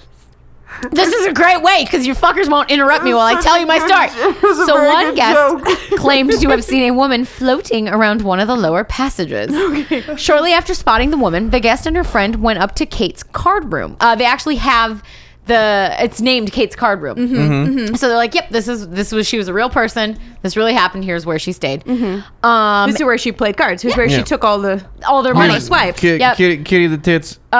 Speaker 2: This is a great way because you fuckers won't interrupt me while I tell you my
Speaker 3: was
Speaker 2: story.
Speaker 3: a
Speaker 2: So
Speaker 3: very
Speaker 2: one
Speaker 3: good
Speaker 2: guest claimed to have seen a woman floating around one of the lower passages. Shortly after spotting the woman, the guest and her friend went up to Kate's card room. Uh, they actually have the it's named Kate's Card Room.
Speaker 3: Mm-hmm.
Speaker 2: So they're like, "Yep, this is this was she was a real person. This really happened. Here's where she stayed."
Speaker 3: Mm-hmm.
Speaker 2: Um,
Speaker 4: This is where she played cards. Here's where
Speaker 3: Yeah.
Speaker 4: she took all the.
Speaker 2: all their money.
Speaker 4: Or swipe.
Speaker 3: Ki-
Speaker 2: Yep.
Speaker 3: kitty, kitty the tits. got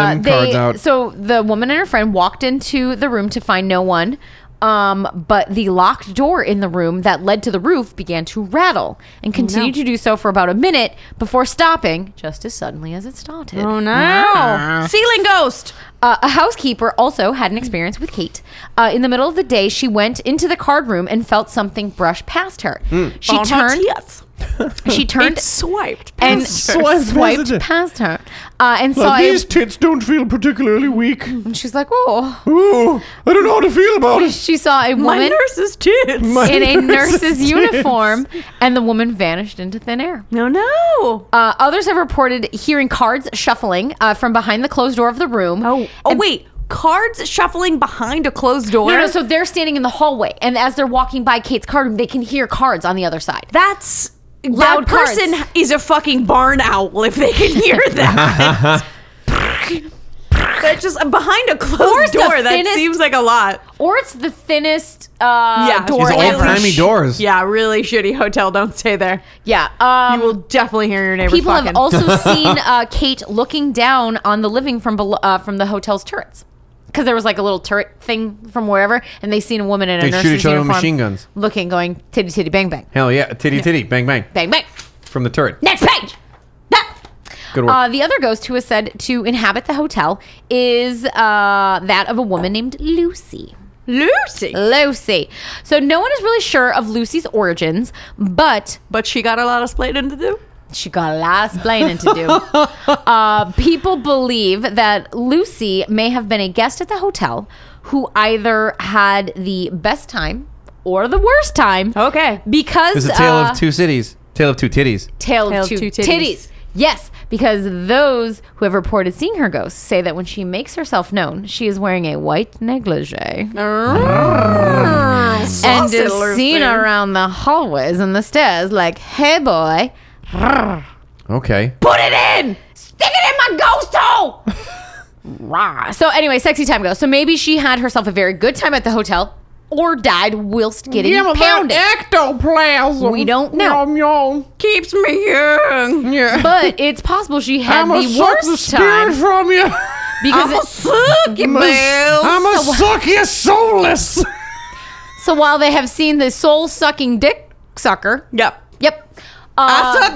Speaker 2: Uh,
Speaker 3: them cards
Speaker 2: they-
Speaker 3: out.
Speaker 2: So the woman and her friend walked into the room to find no one. Um, but the locked door in the room that led to the roof began to rattle
Speaker 4: Oh,
Speaker 2: and continued to do so for about a minute before stopping just as suddenly as it started.
Speaker 4: Oh no! Ceiling ghost.
Speaker 2: Uh, a housekeeper also had an experience with Kate. Uh, in the middle of the day, she went into the card room and felt something brush past her.
Speaker 4: Hmm.
Speaker 2: She
Speaker 4: On her
Speaker 2: turned.
Speaker 4: tits.
Speaker 2: She turned
Speaker 4: It swiped.
Speaker 2: and
Speaker 4: past her.
Speaker 2: swiped,
Speaker 3: Past her.
Speaker 2: past her, uh, and saw.
Speaker 5: Now,
Speaker 2: a-
Speaker 5: these tits don't feel particularly weak.
Speaker 2: and she's like, "Oh."
Speaker 5: Ooh, I don't know how to feel about it.
Speaker 2: She saw a
Speaker 4: my
Speaker 2: woman
Speaker 4: nurse's tits.
Speaker 2: in a nurse's uniform, and the woman vanished into thin air.
Speaker 4: no, no.
Speaker 2: Uh, others have reported hearing cards shuffling uh, from behind the closed door of the room.
Speaker 4: Oh, oh wait. Cards shuffling behind a closed door.
Speaker 2: No, no, so they're standing in the hallway, and as they're walking by Kate's card room, they can hear cards on the other side.
Speaker 4: that's
Speaker 2: Loud
Speaker 4: that person
Speaker 2: cards.
Speaker 4: is a fucking barn owl if they can hear that. That's just behind a
Speaker 2: Or
Speaker 4: closed
Speaker 2: it's the
Speaker 4: door. That
Speaker 2: thinnest-
Speaker 4: seems like a lot.
Speaker 2: Or it's the thinnest uh,
Speaker 4: Yeah,
Speaker 2: door.
Speaker 3: It's
Speaker 2: ever.
Speaker 3: old timey
Speaker 4: sh-
Speaker 3: doors.
Speaker 4: Yeah, really shitty hotel. Don't stay there.
Speaker 2: Yeah. Um,
Speaker 4: You will definitely hear your neighbors.
Speaker 2: people have
Speaker 4: fucking.
Speaker 2: also seen uh, Kate looking down on the living from below, uh, from the hotel's turrets. Because there was like a little turret thing from wherever, and they seen a woman in a
Speaker 3: They shoot
Speaker 2: nurse's
Speaker 3: each other with
Speaker 2: uniform
Speaker 3: machine guns.
Speaker 2: looking, going titty titty bang bang
Speaker 3: Hell yeah. Titty, titty. Bang, bang.
Speaker 2: bang bang.
Speaker 3: From the turret.
Speaker 2: Next page. Ah!
Speaker 3: Good work.
Speaker 2: Uh, the other ghost who is said to inhabit the hotel is uh, that of a woman named Lucy.
Speaker 4: Lucy,
Speaker 2: Lucy. So no one is really sure of Lucy's origins, but
Speaker 4: but she got a lot of splaining to do.
Speaker 2: She got a lot of explaining to do. uh, people believe that Lucy may have been a guest at the hotel who either had the best time or the worst time.
Speaker 4: Okay.
Speaker 2: Because
Speaker 3: it's a tale
Speaker 2: uh,
Speaker 3: of two cities. Tale of two titties.
Speaker 2: tale of
Speaker 4: Tale of
Speaker 2: two,
Speaker 4: two
Speaker 2: titties.
Speaker 4: titties.
Speaker 2: Yes, because those who have reported seeing her ghost say that when she makes herself known, she is wearing a white negligee Mm. and is seen around the hallways and the stairs like, hey, boy,
Speaker 3: Okay.
Speaker 2: Put it in. Stick it in my ghost hole. Rah. So anyway, sexy time goes. So maybe she had herself a very good time at the hotel, or died whilst getting pounded.
Speaker 3: ectoplasm.
Speaker 2: We don't know.
Speaker 4: Keeps me young.
Speaker 3: Yeah.
Speaker 2: But it's possible she had
Speaker 3: I'ma
Speaker 2: the worst time
Speaker 3: from you.
Speaker 2: because
Speaker 4: I'm a
Speaker 2: it-
Speaker 4: sucky bell.
Speaker 3: I'ma suck you soulless.
Speaker 2: so while they have seen the soul sucking dick sucker,
Speaker 4: Yep.
Speaker 2: yep,
Speaker 4: I
Speaker 2: uh,
Speaker 4: suck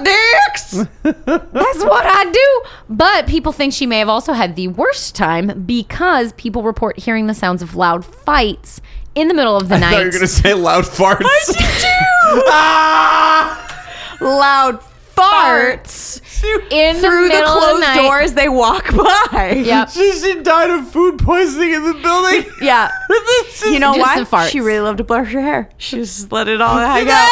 Speaker 4: dicks.
Speaker 2: that's what I do. But people think she may have also had the worst time because people report hearing the sounds of loud fights in the middle of the night.
Speaker 5: Now you're gonna say loud farts.
Speaker 2: Ah!
Speaker 4: Loud farts
Speaker 2: in
Speaker 4: through
Speaker 2: the,
Speaker 4: the
Speaker 2: middle of
Speaker 4: closed
Speaker 2: the night.
Speaker 4: doors they walk by.
Speaker 2: Yep.
Speaker 5: she, she died of food poisoning in the building.
Speaker 4: Yeah. You know
Speaker 2: Just
Speaker 4: why?
Speaker 2: the farts.
Speaker 4: She really loved to brush her hair. She just let it all hang out.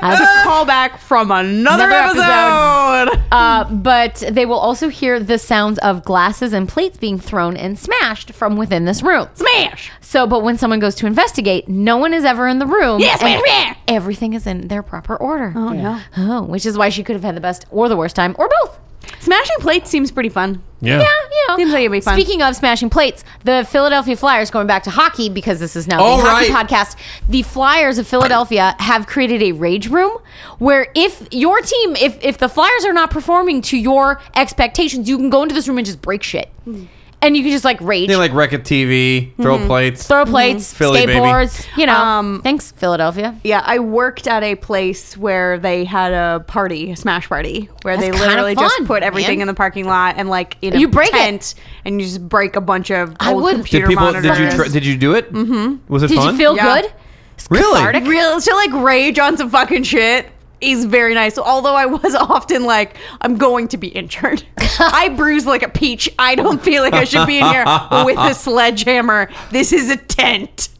Speaker 2: That's a
Speaker 4: Callback from another,
Speaker 2: Another episode.
Speaker 4: episode.
Speaker 2: Uh, but they will also hear the sounds of glasses and plates being thrown and smashed from within this room.
Speaker 4: Smash.
Speaker 2: So, but when someone goes to investigate, no one is ever in the room.
Speaker 4: Yes,
Speaker 2: and
Speaker 4: we're here.
Speaker 2: Everything is in their proper order.
Speaker 4: Oh no.
Speaker 2: Oh, which is why she could have had the best or the worst time or both.
Speaker 4: Smashing plates seems pretty fun.
Speaker 3: Yeah.
Speaker 2: Yeah, you know.
Speaker 4: Seems like it'd be fun.
Speaker 2: Speaking of smashing plates, the Philadelphia Flyers, going back to hockey because this is now the
Speaker 3: All
Speaker 2: hockey
Speaker 3: right.
Speaker 2: podcast, the Flyers of Philadelphia have created a rage room where if your team, if, if the Flyers are not performing to your expectations, you can go into this room and just break shit.
Speaker 4: Hmm.
Speaker 2: And you can just like rage,
Speaker 3: They like wreck a TV, throw plates.
Speaker 2: Mm-hmm. throw plates,
Speaker 3: Philly, baby.
Speaker 2: skateboards, you know.
Speaker 4: Hmm. Um,
Speaker 2: Thanks, Philadelphia.
Speaker 4: Yeah, I worked at a place where they had a party, a smash party, where
Speaker 2: That's
Speaker 4: they
Speaker 2: kinda
Speaker 4: literally just
Speaker 2: fun,
Speaker 4: put everything
Speaker 2: man.
Speaker 4: in the parking lot and like in a
Speaker 2: You break it.
Speaker 4: tent and you just break a bunch of
Speaker 2: I
Speaker 4: old
Speaker 2: would-
Speaker 4: computer
Speaker 3: did people? Did you?
Speaker 4: monitors.
Speaker 3: Tr- did you do it? Mm-hmm. Was it
Speaker 2: Did
Speaker 3: fun?
Speaker 2: you feel
Speaker 4: Yeah.
Speaker 2: good?
Speaker 3: really?
Speaker 2: cathartic?
Speaker 4: real to like rage on some fucking shit is very nice. Although I was often like, I'm going to be injured. I bruise like a peach. I don't feel like I should be in here with a sledgehammer. This is a tent.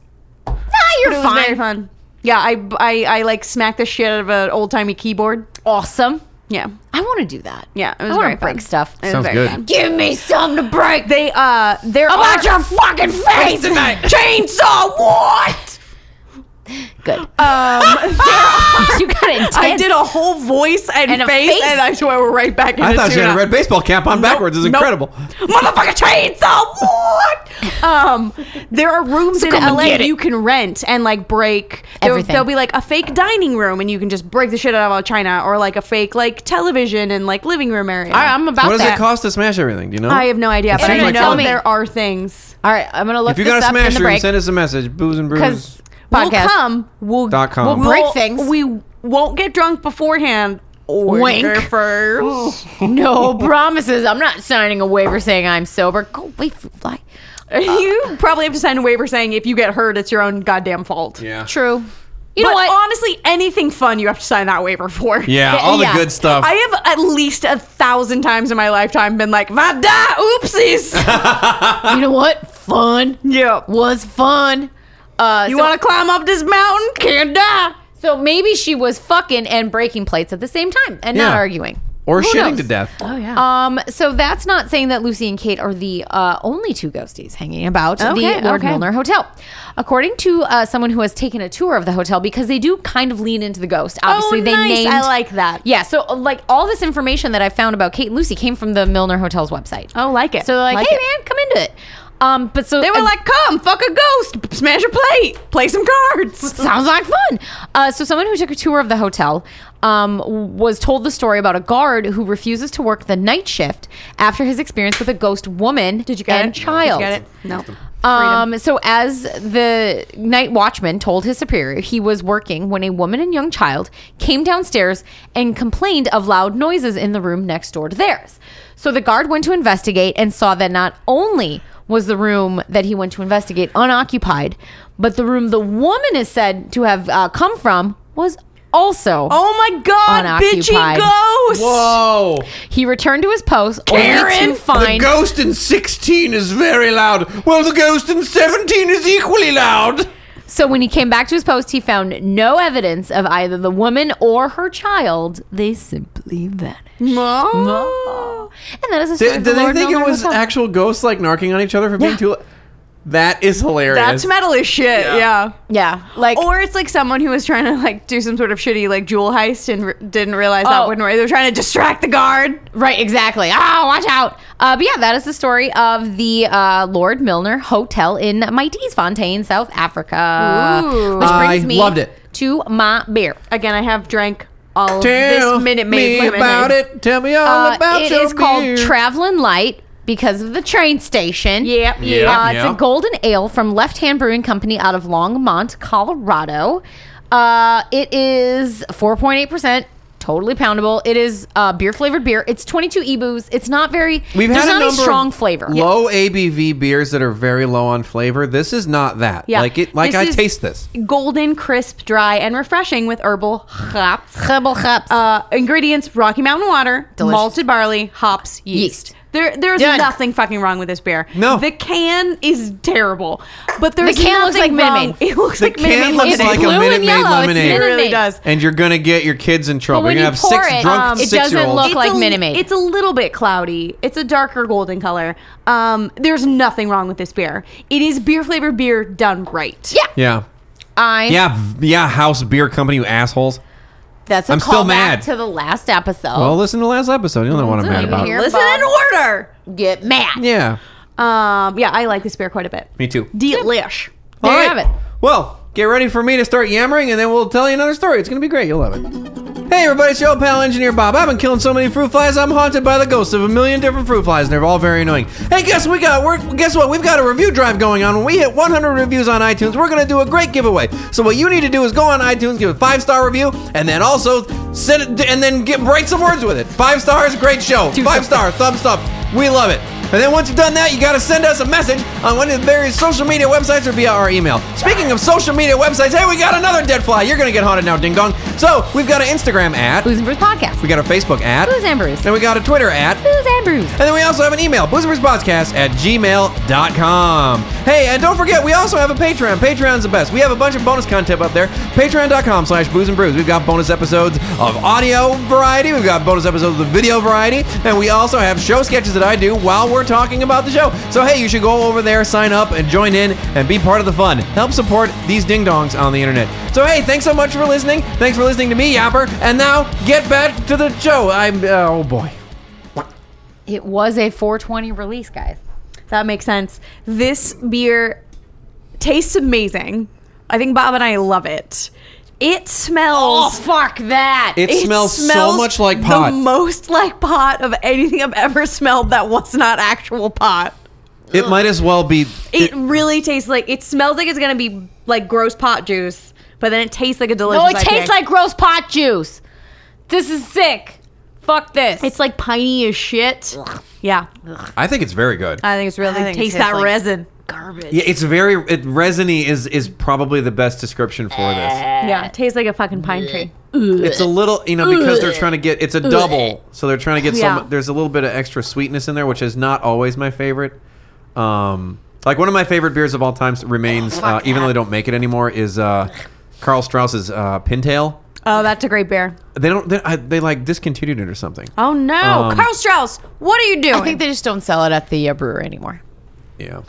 Speaker 2: Ah, you're
Speaker 4: It was
Speaker 2: fine.
Speaker 4: very fun. Yeah, I, I I like smacked the shit out of an old timey keyboard.
Speaker 2: Awesome.
Speaker 4: Yeah,
Speaker 2: I want to do that.
Speaker 4: yeah. It was
Speaker 2: I
Speaker 4: very
Speaker 2: want to
Speaker 4: fun.
Speaker 2: break stuff.
Speaker 4: It was
Speaker 3: Sounds
Speaker 4: very
Speaker 3: good.
Speaker 4: fun.
Speaker 2: Give me some to break.
Speaker 4: They uh, there
Speaker 2: How about
Speaker 4: are
Speaker 2: your fucking face
Speaker 4: chainsaw. What?
Speaker 2: Good.
Speaker 4: Um, there,
Speaker 2: you got intense.
Speaker 4: I did a whole voice and,
Speaker 2: And a
Speaker 4: face,
Speaker 2: face.
Speaker 4: and I swear we're right back into
Speaker 3: I thought she had a
Speaker 4: tuna.
Speaker 3: red baseball cap on backwards. It's
Speaker 4: Nope.
Speaker 3: incredible.
Speaker 4: motherfucker chainsaw. What? Um, there are rooms in
Speaker 2: come and
Speaker 4: LA
Speaker 2: get it.
Speaker 4: you can rent and like break. There,
Speaker 2: Everything.
Speaker 4: there'll be like a fake dining room, and you can just break the shit out of China, or like a fake like television and like living room area.
Speaker 2: All right, I'm about
Speaker 3: What does
Speaker 2: that.
Speaker 3: it cost to smash everything? Do you know?
Speaker 4: I have no idea, but
Speaker 3: seems
Speaker 4: I
Speaker 3: like
Speaker 4: know
Speaker 3: fun.
Speaker 4: there are things.
Speaker 2: All right, I'm gonna look
Speaker 3: If you
Speaker 2: this
Speaker 3: got a
Speaker 2: up in
Speaker 3: smash
Speaker 2: the
Speaker 3: room,
Speaker 2: break
Speaker 3: send us a message. Booze and brews.
Speaker 2: because podcast.
Speaker 4: We'll come. We'll
Speaker 3: Dot com.
Speaker 4: We'll
Speaker 2: Break things.
Speaker 4: We won't get drunk beforehand. Or
Speaker 2: Wink.
Speaker 4: first.
Speaker 2: No promises. I'm not signing a waiver saying I'm sober. Go away, fruit fly.
Speaker 4: you probably have to sign a waiver saying if you get hurt, it's your own goddamn fault.
Speaker 3: Yeah.
Speaker 2: True. You know
Speaker 4: but
Speaker 2: what?
Speaker 4: honestly, anything fun you have to sign that waiver for.
Speaker 3: Yeah. All the
Speaker 2: Yeah.
Speaker 3: good stuff.
Speaker 4: I have at least a thousand times in my lifetime been like, Vada, oopsies.
Speaker 2: you know what? Fun
Speaker 4: yeah.
Speaker 2: was fun. Uh,
Speaker 4: You
Speaker 2: so,
Speaker 4: want to climb up this mountain? Can't die.
Speaker 2: so maybe she was fucking and breaking plates at the same time and not
Speaker 3: Yeah.
Speaker 2: arguing
Speaker 3: or
Speaker 2: Who
Speaker 3: shitting
Speaker 2: knows?
Speaker 3: to death.
Speaker 4: Oh, yeah.
Speaker 2: Um, so that's not saying that Lucy and Kate are the uh, only two ghosties hanging about
Speaker 4: Okay,
Speaker 2: the Lord
Speaker 4: okay.
Speaker 2: Milner Hotel. According to uh, someone who has taken a tour of the hotel, because they do kind of lean into the ghost. Obviously, they
Speaker 4: Oh, nice.
Speaker 2: named.
Speaker 4: I like that.
Speaker 2: Yeah, so uh, like all this information that I found about Kate and Lucy came from the Milner Hotel's website.
Speaker 4: Oh, like it.
Speaker 2: So they're like,
Speaker 4: Like
Speaker 2: hey
Speaker 4: it.
Speaker 2: man, come into it. Um, but so
Speaker 4: They were
Speaker 2: uh,
Speaker 4: like, come, fuck a ghost, smash a plate, play some cards.
Speaker 2: Sounds like fun. Uh, so, someone who took a tour of the hotel um, was told the story about a guard who refuses to work the night shift after his experience with a ghost woman and child.
Speaker 4: Did you get it? No.
Speaker 2: Um, so, as the night watchman told his superior, he was working when a woman and young child came downstairs and complained of loud noises in the room next door to theirs. So, the guard went to investigate and saw that not only was the room that he went to investigate unoccupied, but the room the woman is said to have uh, come from was also.
Speaker 4: Oh my god, bitchy
Speaker 2: Unoccupied.
Speaker 4: ghost.
Speaker 3: Whoa.
Speaker 2: He returned to his post
Speaker 4: Karen!
Speaker 2: only to find.
Speaker 3: The ghost in 16 is very loud. Well, the ghost in 17 is equally loud.
Speaker 2: So when he came back to his post, he found no evidence of either the woman or her child. They simply vanished. Ah.
Speaker 4: No.
Speaker 2: And that is a story.
Speaker 3: Did,
Speaker 2: of the
Speaker 3: did they
Speaker 2: Lord
Speaker 3: think it
Speaker 2: Milner
Speaker 3: was
Speaker 2: himself.
Speaker 3: actual ghosts like narking on each other for
Speaker 2: Yeah.
Speaker 3: being too loud? That is hilarious.
Speaker 4: That's metal as shit, yeah.
Speaker 2: Yeah, like
Speaker 4: Or it's like someone who was trying to like do some sort of shitty like jewel heist and re- didn't realize
Speaker 2: Oh.
Speaker 4: that wouldn't work. They were trying to distract the guard.
Speaker 2: right, exactly. Ah, watch out. Uh, but yeah, that is the story of the uh, Lord Milner Hotel in Maitisfontein, South Africa.
Speaker 4: Ooh.
Speaker 2: Which brings
Speaker 3: I
Speaker 2: me
Speaker 3: loved it.
Speaker 2: to my beer.
Speaker 4: Again, I have drank all of
Speaker 3: Tell
Speaker 4: this minute
Speaker 3: me
Speaker 4: made lemonade.
Speaker 3: about it. Tell me all
Speaker 2: Uh,
Speaker 3: about
Speaker 2: it
Speaker 3: your
Speaker 2: is called
Speaker 3: beer.
Speaker 2: Traveling Light because of the train station.
Speaker 4: Yep,
Speaker 3: Yeah.
Speaker 4: yep.
Speaker 2: Uh, it's
Speaker 3: Yeah.
Speaker 2: a golden ale from Left Hand Brewing Company out of Longmont, Colorado. Uh, it is 4.8%, totally poundable. It is uh, beer flavored beer. It's 22 EBUs. It's not very,
Speaker 3: We've
Speaker 2: there's
Speaker 3: had a
Speaker 2: not a,
Speaker 3: number
Speaker 2: strong
Speaker 3: of
Speaker 2: flavor.
Speaker 3: Low ABV beers that are very low on flavor. This is not that.
Speaker 4: Yeah.
Speaker 3: Like it. Like
Speaker 4: This
Speaker 3: I
Speaker 4: is-
Speaker 3: taste this.
Speaker 4: Golden, crisp, dry, and refreshing with herbal hops.
Speaker 2: Hubble hubs.
Speaker 4: Uh, ingredients: Rocky Mountain water,
Speaker 2: Delicious.
Speaker 4: malted barley, hops, yeast.
Speaker 2: Yeast.
Speaker 4: There, there's
Speaker 2: Done.
Speaker 4: nothing fucking wrong with this beer.
Speaker 3: No.
Speaker 4: the can is terrible, but there's
Speaker 2: can looks
Speaker 4: nothing
Speaker 2: like
Speaker 4: wrong.
Speaker 2: Minute Maid.
Speaker 4: It looks
Speaker 3: The
Speaker 4: like Minute
Speaker 3: can
Speaker 4: Maid
Speaker 3: looks
Speaker 4: lemonade.
Speaker 3: like a
Speaker 2: blue
Speaker 3: Minute
Speaker 2: and
Speaker 3: Maid
Speaker 2: yellow. It's
Speaker 3: lemonade.
Speaker 4: it
Speaker 2: Minute
Speaker 4: really
Speaker 2: Maid.
Speaker 4: does.
Speaker 3: And you're gonna get your kids in trouble.
Speaker 2: when
Speaker 3: You're gonna
Speaker 2: you
Speaker 3: have
Speaker 2: pour
Speaker 3: six
Speaker 2: it,
Speaker 3: drunk
Speaker 2: um, it doesn't
Speaker 3: six year olds.
Speaker 2: look like
Speaker 4: a-
Speaker 2: Minute Maid.
Speaker 4: It's a little bit cloudy. It's a darker golden color. Um, there's nothing wrong with this beer. It is beer flavored beer done right.
Speaker 2: Yeah.
Speaker 3: yeah.
Speaker 2: I,
Speaker 3: Yeah, v- yeah, House Beer Company, you assholes.
Speaker 2: That's a
Speaker 3: I'm
Speaker 2: callback
Speaker 3: still mad.
Speaker 2: to the last episode.
Speaker 3: Well, listen to the last episode. You'll know what I'm
Speaker 2: do
Speaker 3: mad
Speaker 2: you
Speaker 3: about.
Speaker 2: hear?
Speaker 4: Listen
Speaker 2: Bob.
Speaker 4: and order.
Speaker 2: Get mad.
Speaker 3: Yeah,
Speaker 4: Um, yeah, I like this beer quite a bit.
Speaker 3: me too.
Speaker 4: Delish.
Speaker 2: There
Speaker 3: All
Speaker 2: you have it.
Speaker 3: Well, get ready for me to start yammering, and then we'll tell you another story. It's gonna be great. You'll love it. Hey, everybody, it's your old pal engineer Bob. I've been killing so many fruit flies. I'm haunted by the ghosts of a million different fruit flies, and they're all very annoying. Hey, guess we got? We're, guess what? We've got a review drive going on. When we hit 100 reviews on iTunes, we're gonna do a great giveaway. So what you need to do is go on iTunes, give a five star review, and then also send it, and then get write some words with it. Five stars, great show. Five star, thumbs up. We love it. And then once you've done that, you gotta send us a message on one of the various social media websites or via our email. Speaking of social media websites, hey, we got another dead fly. You're gonna get haunted now, ding dong. So we've got an Instagram ad,
Speaker 2: Booze and Brews Podcast.
Speaker 3: we got a Facebook ad,
Speaker 2: Booze and Brews.
Speaker 3: and we got a Twitter ad.
Speaker 2: Booze and Brews.
Speaker 3: And then we also have an email, boozumberspodcast at gmail.com. Hey, and don't forget, we also have a Patreon. Patreon's the best. We have a bunch of bonus content up there. Patreon.com slash booze and brews. We've got bonus episodes of audio variety. We've got bonus episodes of video variety. And we also have show sketches that I do while we're we're talking about the show. So hey, you should go over there, sign up, and join in and be part of the fun. Help support these ding dongs on the internet. So hey, thanks so much for listening. Thanks for listening to me, Yapper. And now get back to the show. I'm oh boy.
Speaker 2: It was a 420 release, guys.
Speaker 4: That makes sense. This beer tastes amazing. I think Bob and I love it. It
Speaker 2: Oh,
Speaker 4: smells.
Speaker 2: fuck that.
Speaker 3: It, smells, so much like pot.
Speaker 4: The most like pot of anything I've ever smelled that was not actual pot.
Speaker 3: it might as well be.
Speaker 4: It, really tastes like it smells like it's gonna be like gross pot juice, but then it tastes like a delicious.
Speaker 2: no, Oh, it tastes
Speaker 4: IPA.
Speaker 2: like gross pot juice. This is sick. Fuck this.
Speaker 4: it's like piney as shit. Yeah,
Speaker 3: I think it's very good.
Speaker 4: I think it's really
Speaker 2: think it
Speaker 4: taste
Speaker 2: tastes
Speaker 4: that
Speaker 2: like-
Speaker 4: resin.
Speaker 2: garbage.
Speaker 3: Yeah, it's very it, resiny is is probably the best description for this.
Speaker 4: Yeah, it tastes like a fucking pine tree.
Speaker 3: It's a little, you know, because they're trying to get it's a double, so they're trying to get
Speaker 4: uh, Yeah.
Speaker 3: some. There's a little bit of extra sweetness in there, which is not always my favorite. Um, like one of my favorite beers of all times remains, uh, even though they don't make it anymore, is uh, Carl Strauss's uh, Pintail.
Speaker 4: Oh, that's a great beer.
Speaker 3: They don't. They, I, they like discontinued it or something.
Speaker 4: Oh no,
Speaker 3: Um,
Speaker 4: Carl Strauss, what are you doing?
Speaker 2: I think they just don't sell it at the uh, brewer anymore.
Speaker 3: Yeah.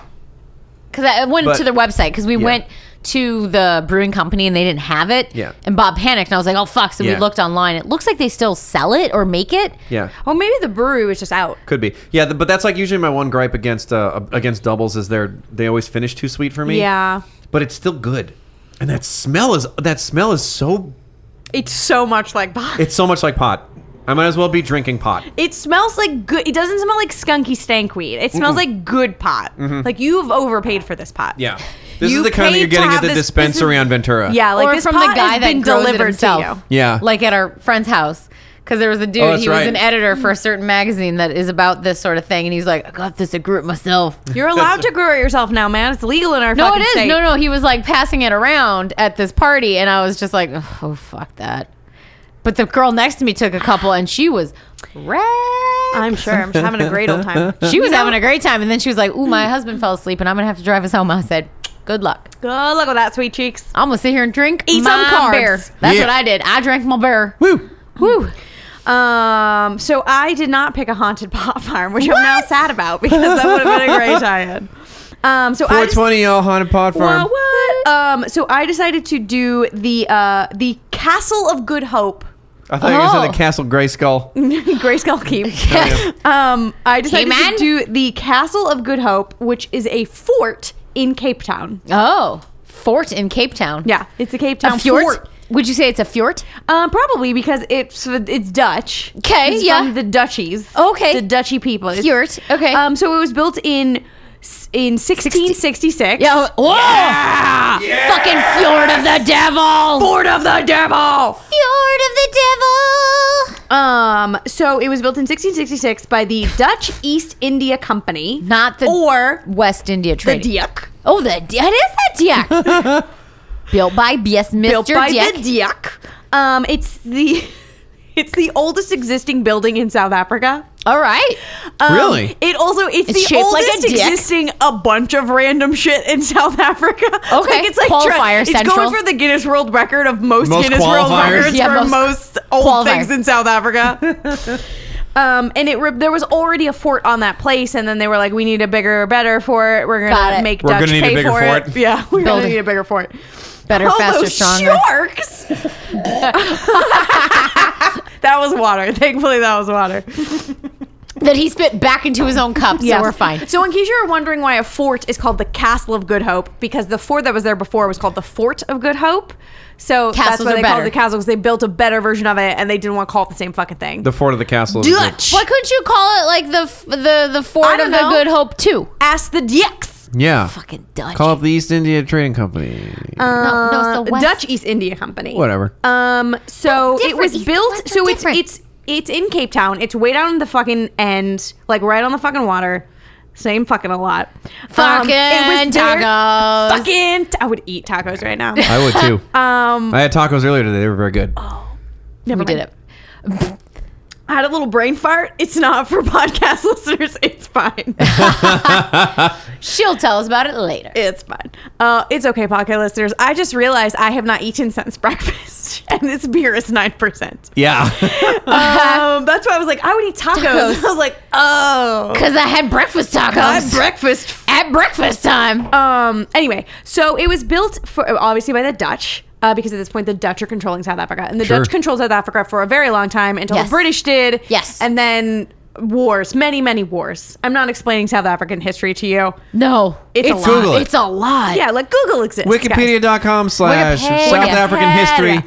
Speaker 2: Because I went
Speaker 3: But-
Speaker 2: to their website because we
Speaker 3: Yeah.
Speaker 2: went to the brewing company and they didn't have it.
Speaker 3: Yeah.
Speaker 2: And Bob panicked and I was like, oh fuck. So
Speaker 3: Yeah.
Speaker 2: we looked online. It looks like they still sell it or make it.
Speaker 3: Yeah.
Speaker 4: oh, maybe the brewery was just out.
Speaker 3: Could be, yeah, th- but that's like usually my one gripe against uh, against doubles is they're they always finish too sweet for me.
Speaker 4: Yeah.
Speaker 3: but it's still good, and that smell is that smell is so
Speaker 4: It's so much like pot.
Speaker 3: it's so much like pot. I might as well be drinking pot.
Speaker 4: It smells like good. It doesn't smell like skunky stank weed. It smells like good pot. Like you've overpaid for this pot.
Speaker 3: Mm-hmm. Yeah, this
Speaker 4: You
Speaker 3: is the kind that
Speaker 4: paid
Speaker 3: you're
Speaker 4: to
Speaker 3: getting at
Speaker 4: have
Speaker 3: the
Speaker 4: this- this
Speaker 3: dispensary
Speaker 4: is-
Speaker 3: on Ventura.
Speaker 4: Yeah, like
Speaker 2: or
Speaker 4: this
Speaker 2: from
Speaker 4: pot
Speaker 2: the guy
Speaker 4: has
Speaker 2: that
Speaker 4: been
Speaker 2: grows it
Speaker 4: delivered to
Speaker 2: himself.
Speaker 4: you.
Speaker 3: Yeah.
Speaker 2: Like at our friend's house. Because there was a dude,
Speaker 3: Oh, that's
Speaker 2: he was
Speaker 3: right.
Speaker 2: an editor for a certain magazine that is about this sort of thing. And he's like, I got this, I grew it myself.
Speaker 4: You're allowed to grow it yourself now, man. It's legal in our
Speaker 2: No,
Speaker 4: fucking
Speaker 2: it is.
Speaker 4: state.
Speaker 2: No, no. He was like passing it around at this party, and I was just like, oh, fuck that. But the girl next to me took a couple, and she was red.
Speaker 4: I'm sure. I'm having a great old time.
Speaker 2: She was having a great time, and then she was like, "Ooh, my husband fell asleep, and I'm gonna have to drive us home." I said, "Good luck.
Speaker 4: Good luck with that, sweet cheeks.
Speaker 2: I'm gonna sit here and drink
Speaker 4: Eat
Speaker 2: my
Speaker 4: some carbs."
Speaker 2: beer." That's
Speaker 3: Yeah.
Speaker 2: what I did. I drank my beer.
Speaker 3: Woo.
Speaker 2: Woo!
Speaker 4: Um, so I did not pick a haunted pot farm, which I'm now sad about because that would have been a great tie-in. Um, so I just-
Speaker 3: 420 y'all uh, haunted pot farm.
Speaker 4: Wow, what? Um, so I decided to do the uh the Castle of Good Hope,
Speaker 3: I thought you were
Speaker 2: Oh.
Speaker 3: going to Castle Gray Skull.
Speaker 4: Grayskull Keep. um, I decided
Speaker 2: He-Man?
Speaker 4: to do the Castle of Good Hope, which is a fort in Cape Town.
Speaker 2: Oh, fort in Cape Town.
Speaker 4: Yeah, it's a Cape Town
Speaker 2: a fjord.
Speaker 4: fort.
Speaker 2: Would you say it's a fjord?
Speaker 4: Uh, probably because it's it's Dutch.
Speaker 2: 'Kay,
Speaker 4: It's
Speaker 2: yeah.
Speaker 4: From the Duchies.
Speaker 2: Okay.
Speaker 4: The Dutchy people. It's-
Speaker 2: Fjord, okay.
Speaker 4: Um, so it was built in s- in 1666.
Speaker 2: Yeah. Whoa! Fucking fjord of the devil.
Speaker 4: Fort of the Devil.
Speaker 2: Fjord of the devil.
Speaker 4: Um, so it was built in 1666 by the Dutch East India Company.
Speaker 2: Not the
Speaker 4: or
Speaker 2: West India
Speaker 4: the
Speaker 2: Trading.
Speaker 4: Diak.
Speaker 2: Oh, the D- it is the Diak. Built by yes, Mr.
Speaker 4: Built by
Speaker 2: Diak.
Speaker 4: the Diak. Um, it's the it's the oldest existing building in South Africa.
Speaker 2: All right.
Speaker 4: Um,
Speaker 3: Really?
Speaker 4: It also it's,
Speaker 2: It's
Speaker 4: the
Speaker 2: shaped like a
Speaker 4: oldest
Speaker 2: dick.
Speaker 4: existing a bunch of random shit in South Africa.
Speaker 2: Okay.
Speaker 4: like it's like
Speaker 2: Qualifier
Speaker 4: it's
Speaker 2: Central.
Speaker 4: going for the Guinness World Record of most,
Speaker 3: Most
Speaker 4: Guinness World
Speaker 3: qualifiers.
Speaker 4: Records
Speaker 2: Yeah,
Speaker 4: for
Speaker 2: most
Speaker 4: most, old
Speaker 2: qualifier.
Speaker 4: things in South Africa. um, and it re- there was already a fort on that place, and then they were like, "We need a bigger, better fort. We're
Speaker 2: Got
Speaker 4: gonna
Speaker 2: it.
Speaker 4: make
Speaker 3: We're
Speaker 4: Dutch
Speaker 3: gonna need a
Speaker 4: pay
Speaker 3: bigger
Speaker 4: for it.
Speaker 3: fort.
Speaker 4: Yeah, we're
Speaker 2: Building.
Speaker 4: gonna need a bigger fort.
Speaker 2: Better,
Speaker 4: All
Speaker 2: faster,
Speaker 4: those
Speaker 2: stronger.
Speaker 4: sharks. that was water. Thankfully, that was water.
Speaker 2: That he spit back into his own cup, so
Speaker 4: Yes.
Speaker 2: we're fine.
Speaker 4: So, in case you were wondering why a fort is called the Castle of Good Hope, because the fort that was there before was called the Fort of Good Hope. So that's
Speaker 2: Castles
Speaker 4: why
Speaker 2: are
Speaker 4: they
Speaker 2: better.
Speaker 4: called it the castle because they built a better version of it and they didn't want to call it the same fucking thing.
Speaker 3: The fort of the castle. is good.
Speaker 4: Dutch.
Speaker 2: Why couldn't you call it like the f- the the Ford
Speaker 4: I
Speaker 2: of
Speaker 4: don't
Speaker 2: the
Speaker 4: know.
Speaker 2: Good Hope too?
Speaker 4: Ask the Dicks.
Speaker 3: Yeah.
Speaker 2: Fucking Dutch.
Speaker 3: Call up the East India Trading Company.
Speaker 2: no, no, it's the West.
Speaker 4: Uh, Dutch E- East India Company.
Speaker 3: Whatever.
Speaker 4: Um. So it
Speaker 2: different.
Speaker 4: was
Speaker 2: East
Speaker 4: built.
Speaker 2: Indians
Speaker 4: So
Speaker 2: are
Speaker 4: it's
Speaker 2: different.
Speaker 4: it's it's in Cape Town. It's way down in the fucking end, like right on the fucking water. Same fucking a lot. Um,
Speaker 2: Fucking
Speaker 4: there-
Speaker 2: tacos.
Speaker 4: Fucking. ta- I would eat tacos right now.
Speaker 3: I would too.
Speaker 4: Um. oh.
Speaker 3: I had tacos earlier today. They were very good.
Speaker 2: we
Speaker 4: Never mind.
Speaker 2: did it.
Speaker 4: I had a little brain fart. It's not for podcast listeners. It's fine.
Speaker 2: She'll tell us about it later.
Speaker 4: It's fine. Uh, it's okay, podcast listeners. I just realized I have not eaten since breakfast. taste, and this beer is nine percent.
Speaker 3: Yeah.
Speaker 4: Um, that's why I was like, I would eat tacos.
Speaker 2: Tacos.
Speaker 4: I was like, oh,
Speaker 2: Because I had breakfast tacos.
Speaker 4: at breakfast.
Speaker 2: At breakfast time.
Speaker 4: Um, anyway, so it was built for obviously by the Dutch. Uh, because at this point, the Dutch are controlling South Africa, and the
Speaker 3: Sure.
Speaker 4: Dutch controlled South Africa for a very long time until
Speaker 2: Yes.
Speaker 4: the British did.
Speaker 2: Yes.
Speaker 4: and then wars, many, many wars. I'm not explaining South African history to you.
Speaker 2: no.
Speaker 4: It's, a
Speaker 3: It's
Speaker 4: lot.
Speaker 3: Google it.
Speaker 2: It's a lot.
Speaker 4: Yeah, like Google exists. guys.
Speaker 3: Wikipedia.com slash
Speaker 2: Wikipedia.
Speaker 3: South African history.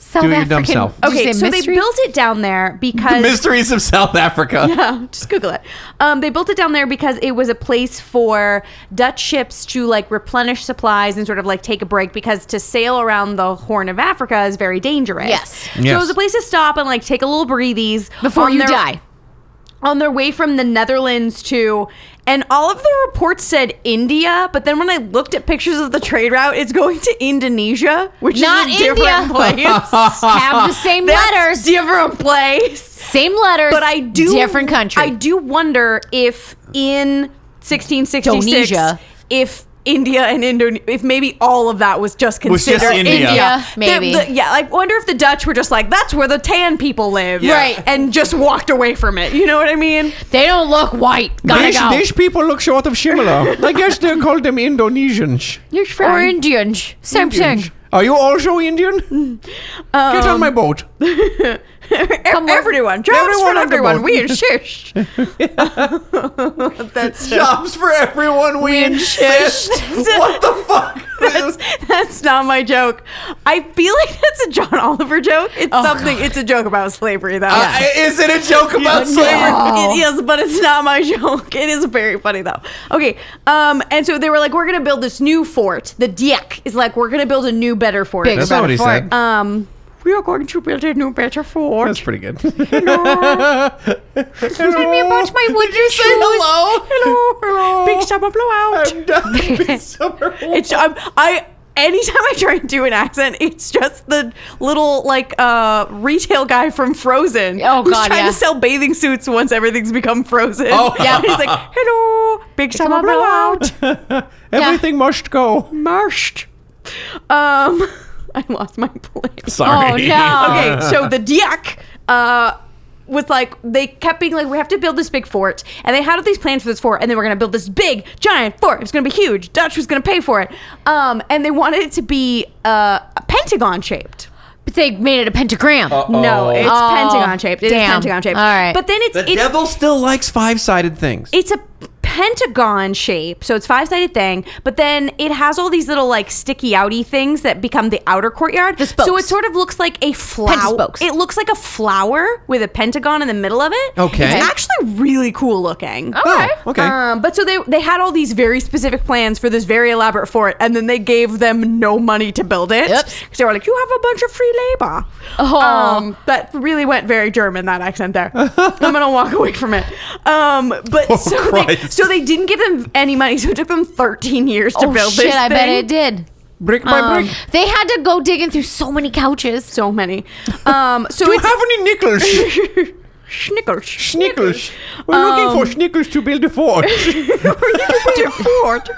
Speaker 2: South
Speaker 3: Do your dumb
Speaker 2: African-
Speaker 3: self.
Speaker 2: Did you
Speaker 4: Okay,
Speaker 2: say
Speaker 4: so
Speaker 2: mystery?
Speaker 4: they built it down there because
Speaker 3: Mysteries of South Africa.
Speaker 4: Yeah, just Google it. Um, they built it down there because it was a place for Dutch ships to like replenish supplies and sort of like take a break because to sail around the Horn of Africa is very dangerous.
Speaker 2: Yes.
Speaker 4: So
Speaker 3: Yes.
Speaker 4: it was a place to stop and like take a little breathies
Speaker 2: before
Speaker 4: on
Speaker 2: you
Speaker 4: their-
Speaker 2: die.
Speaker 4: on their way from the Netherlands to. And all of the reports said India, but then when I looked at pictures of the trade route, it's going to Indonesia, which
Speaker 2: Not
Speaker 4: is a different
Speaker 2: India.
Speaker 4: place.
Speaker 2: Have the same
Speaker 4: That's
Speaker 2: letters.
Speaker 4: different place.
Speaker 2: same letters.
Speaker 4: But I do
Speaker 2: different country.
Speaker 4: I do wonder if in 1666,
Speaker 2: Indonesia.
Speaker 4: if India and Indonesia, if maybe all of that was just
Speaker 3: Was just
Speaker 4: considered
Speaker 3: India.
Speaker 2: India,
Speaker 4: The-
Speaker 2: maybe.
Speaker 4: the- yeah, I wonder if the Dutch were just like, that's where the tan people live,
Speaker 3: Yeah. Right.
Speaker 4: and just walked away from it. You know what I mean?
Speaker 2: they don't look white. Gotta
Speaker 3: These,
Speaker 2: go.
Speaker 3: these people look sort of similar. I guess they call them Indonesians.
Speaker 2: or Indian. Same thing.
Speaker 3: Are you also Indian? Get on my boat.
Speaker 4: everyone, jobs for
Speaker 3: Everyone on the
Speaker 4: everyone.
Speaker 3: boat.
Speaker 4: We in shish. that's
Speaker 3: Jobs for everyone we insist. what the fuck?
Speaker 4: That's not my joke. I feel like that's a John Oliver joke. It's something. It's a joke about slavery, though.
Speaker 3: Oh, Uh, is it a joke about slavery?
Speaker 4: It is, but it's not my joke. It is very funny though. Okay, um, and so they were like, "We're gonna build this new fort." The Diek is like, "We're gonna build a new, better fort."
Speaker 2: Big.
Speaker 3: That's not what he
Speaker 2: Metaphor.
Speaker 3: said.
Speaker 4: Um, we are going to build a new, better fort.
Speaker 3: That's pretty good. Tell me
Speaker 2: about my wooden shoes.
Speaker 3: hello?
Speaker 4: Hello,
Speaker 3: Hello.
Speaker 4: big summer blowout.
Speaker 3: I'm done. Big summer
Speaker 4: It's I'm, I. Anytime I try to do an accent, it's just the little like uh retail guy from Frozen
Speaker 2: Oh,
Speaker 4: who's
Speaker 2: God,
Speaker 4: trying
Speaker 2: yeah.
Speaker 4: to sell bathing suits once everything's become frozen.
Speaker 3: Oh.
Speaker 4: yeah. He's like, "Hello, big summer
Speaker 2: summer
Speaker 4: blowout,
Speaker 3: Everything must go.
Speaker 4: marshed." Um, I lost my place.
Speaker 2: Oh
Speaker 3: Sorry.
Speaker 2: no.
Speaker 4: okay, so the Diak uh, was like, they kept being like, we have to build this big fort. And they had all these plans for this fort, and they were going to build this big, giant fort. It was going to be huge. Dutch was going to pay for it. Um, and they wanted it to be uh, pentagon shaped.
Speaker 2: But they made it a pentagram.
Speaker 4: No, it's
Speaker 2: Oh,
Speaker 4: pentagon shaped. It's
Speaker 2: damn.
Speaker 4: pentagon shaped.
Speaker 2: All right.
Speaker 4: But then it's
Speaker 3: The
Speaker 4: it's,
Speaker 3: devil still likes five-sided things.
Speaker 4: it's a pentagon shape, so it's five sided thing. But then it has all these little like sticky outy things that become the outer courtyard.
Speaker 2: The spokes.
Speaker 4: So it sort of looks like a flower.
Speaker 2: Pentaspokes.
Speaker 4: It looks like a flower with a pentagon in the middle of it.
Speaker 3: Okay.
Speaker 4: it's actually really cool looking.
Speaker 2: Okay.
Speaker 3: Oh, okay.
Speaker 4: Um, but so they they had all these very specific plans for this very elaborate fort, and then they gave them no money to build it.
Speaker 2: Oops.
Speaker 4: Because they were like, "You have a bunch of free labor."
Speaker 2: Oh.
Speaker 4: Um, that really went very German that accent there. I'm gonna walk away from it. Um, but
Speaker 2: Oh,
Speaker 4: so they,
Speaker 3: Christ.
Speaker 4: so they didn't give them any money, so it took them 13 years to
Speaker 2: oh
Speaker 4: build
Speaker 2: shit!
Speaker 4: this
Speaker 2: I bet
Speaker 4: thing.
Speaker 2: it did.
Speaker 3: Brick by
Speaker 2: Um,
Speaker 3: brick.
Speaker 2: they had to go digging through so many couches.
Speaker 4: So many. Um, so
Speaker 3: Do you
Speaker 4: it's
Speaker 3: have any nickels?
Speaker 4: schnickers.
Speaker 3: Schnickels. We're looking
Speaker 2: Um,
Speaker 3: for schnickels to build a fort.
Speaker 4: Dear Ford,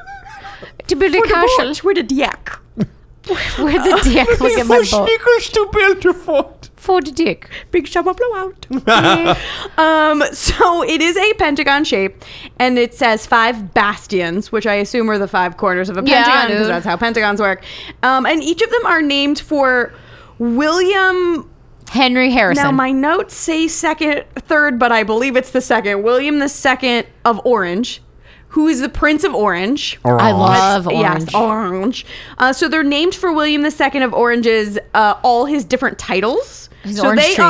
Speaker 2: To build a castle.
Speaker 4: Ford, With a diak.
Speaker 2: Where the dick? Look at my
Speaker 3: for
Speaker 2: boat.
Speaker 3: schnickels to build a fort.
Speaker 2: For the dick.
Speaker 4: Big summer blowout. um, so it is a pentagon shape, and it says five bastions, which I assume are the five corners of a
Speaker 2: Yeah,
Speaker 4: pentagon because
Speaker 2: dude.
Speaker 4: that's how pentagons work. Um, and each of them are named for William.
Speaker 2: Henry Harrison.
Speaker 4: Now my notes say second, third, but I believe it's the second. William the second of Orange, who is the Prince of Orange.
Speaker 2: I love orange.
Speaker 4: Yes, orange. Uh, so they're named for William II of Orange's, uh, all his different titles.
Speaker 2: His
Speaker 4: so
Speaker 2: orange
Speaker 4: they
Speaker 2: trees.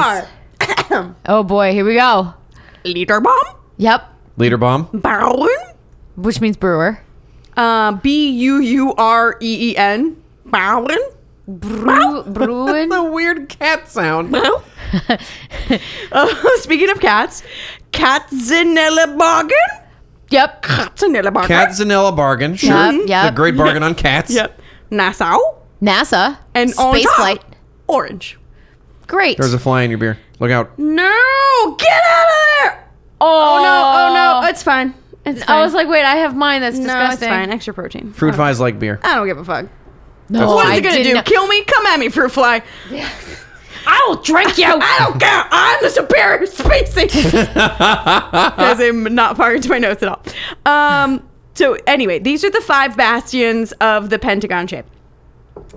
Speaker 4: are
Speaker 2: Oh boy, here we go.
Speaker 4: Leader Bomb,
Speaker 2: Yep.
Speaker 3: Leader bomb.
Speaker 4: Baron,
Speaker 2: Which means brewer.
Speaker 4: uh, B U U R E E N, Baron,
Speaker 2: Brew, brewing.
Speaker 3: The weird cat sound.
Speaker 4: Uh, speaking of cats, Katzenella Bargain,
Speaker 2: Yep.
Speaker 4: Katzenella Bargain,
Speaker 3: Cat Zanella bargain. Sure.
Speaker 2: Yep, yep.
Speaker 3: The great bargain on cats.
Speaker 4: yep, Nassau,
Speaker 2: NASA.
Speaker 4: and on
Speaker 2: space
Speaker 4: top,
Speaker 2: flight.
Speaker 4: Orange.
Speaker 2: Great.
Speaker 3: There's a fly in your beer. Look out.
Speaker 4: No, get out of there! Oh, no, oh no, it's fine. It's fine.
Speaker 2: I was like, wait, I have mine. That's
Speaker 4: no,
Speaker 2: disgusting. Mm.
Speaker 4: it's fine. Extra protein.
Speaker 3: Fruit flies like beer.
Speaker 4: I don't give a fuck.
Speaker 2: No,
Speaker 4: What is
Speaker 2: Oh, I
Speaker 4: it gonna
Speaker 2: did
Speaker 4: do?
Speaker 2: not-
Speaker 4: Kill me? Come at me, fruit fly.
Speaker 2: I will drink you.
Speaker 4: I don't care. I'm the superior species. As I'm not far into my notes at all. Um, so anyway, these are the five bastions of the Pentagon shape.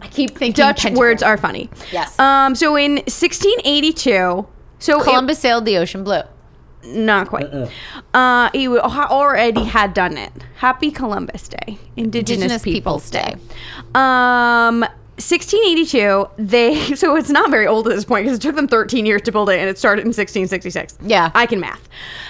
Speaker 2: I keep thinking
Speaker 4: Dutch
Speaker 2: pentagram.
Speaker 4: words are funny.
Speaker 2: Yes.
Speaker 4: Um, so in 1682, so it-
Speaker 2: Columbus sailed the ocean blue.
Speaker 4: not quite. Uh, he wa- ha- already had done it. Happy Columbus Day, Indigenous,
Speaker 2: Indigenous
Speaker 4: Peoples,
Speaker 2: Peoples
Speaker 4: Day. Um, 1682. They so it's not very old at this point because it took them 13 years to build it, and it started in 1666.
Speaker 2: Yeah.
Speaker 4: I can math.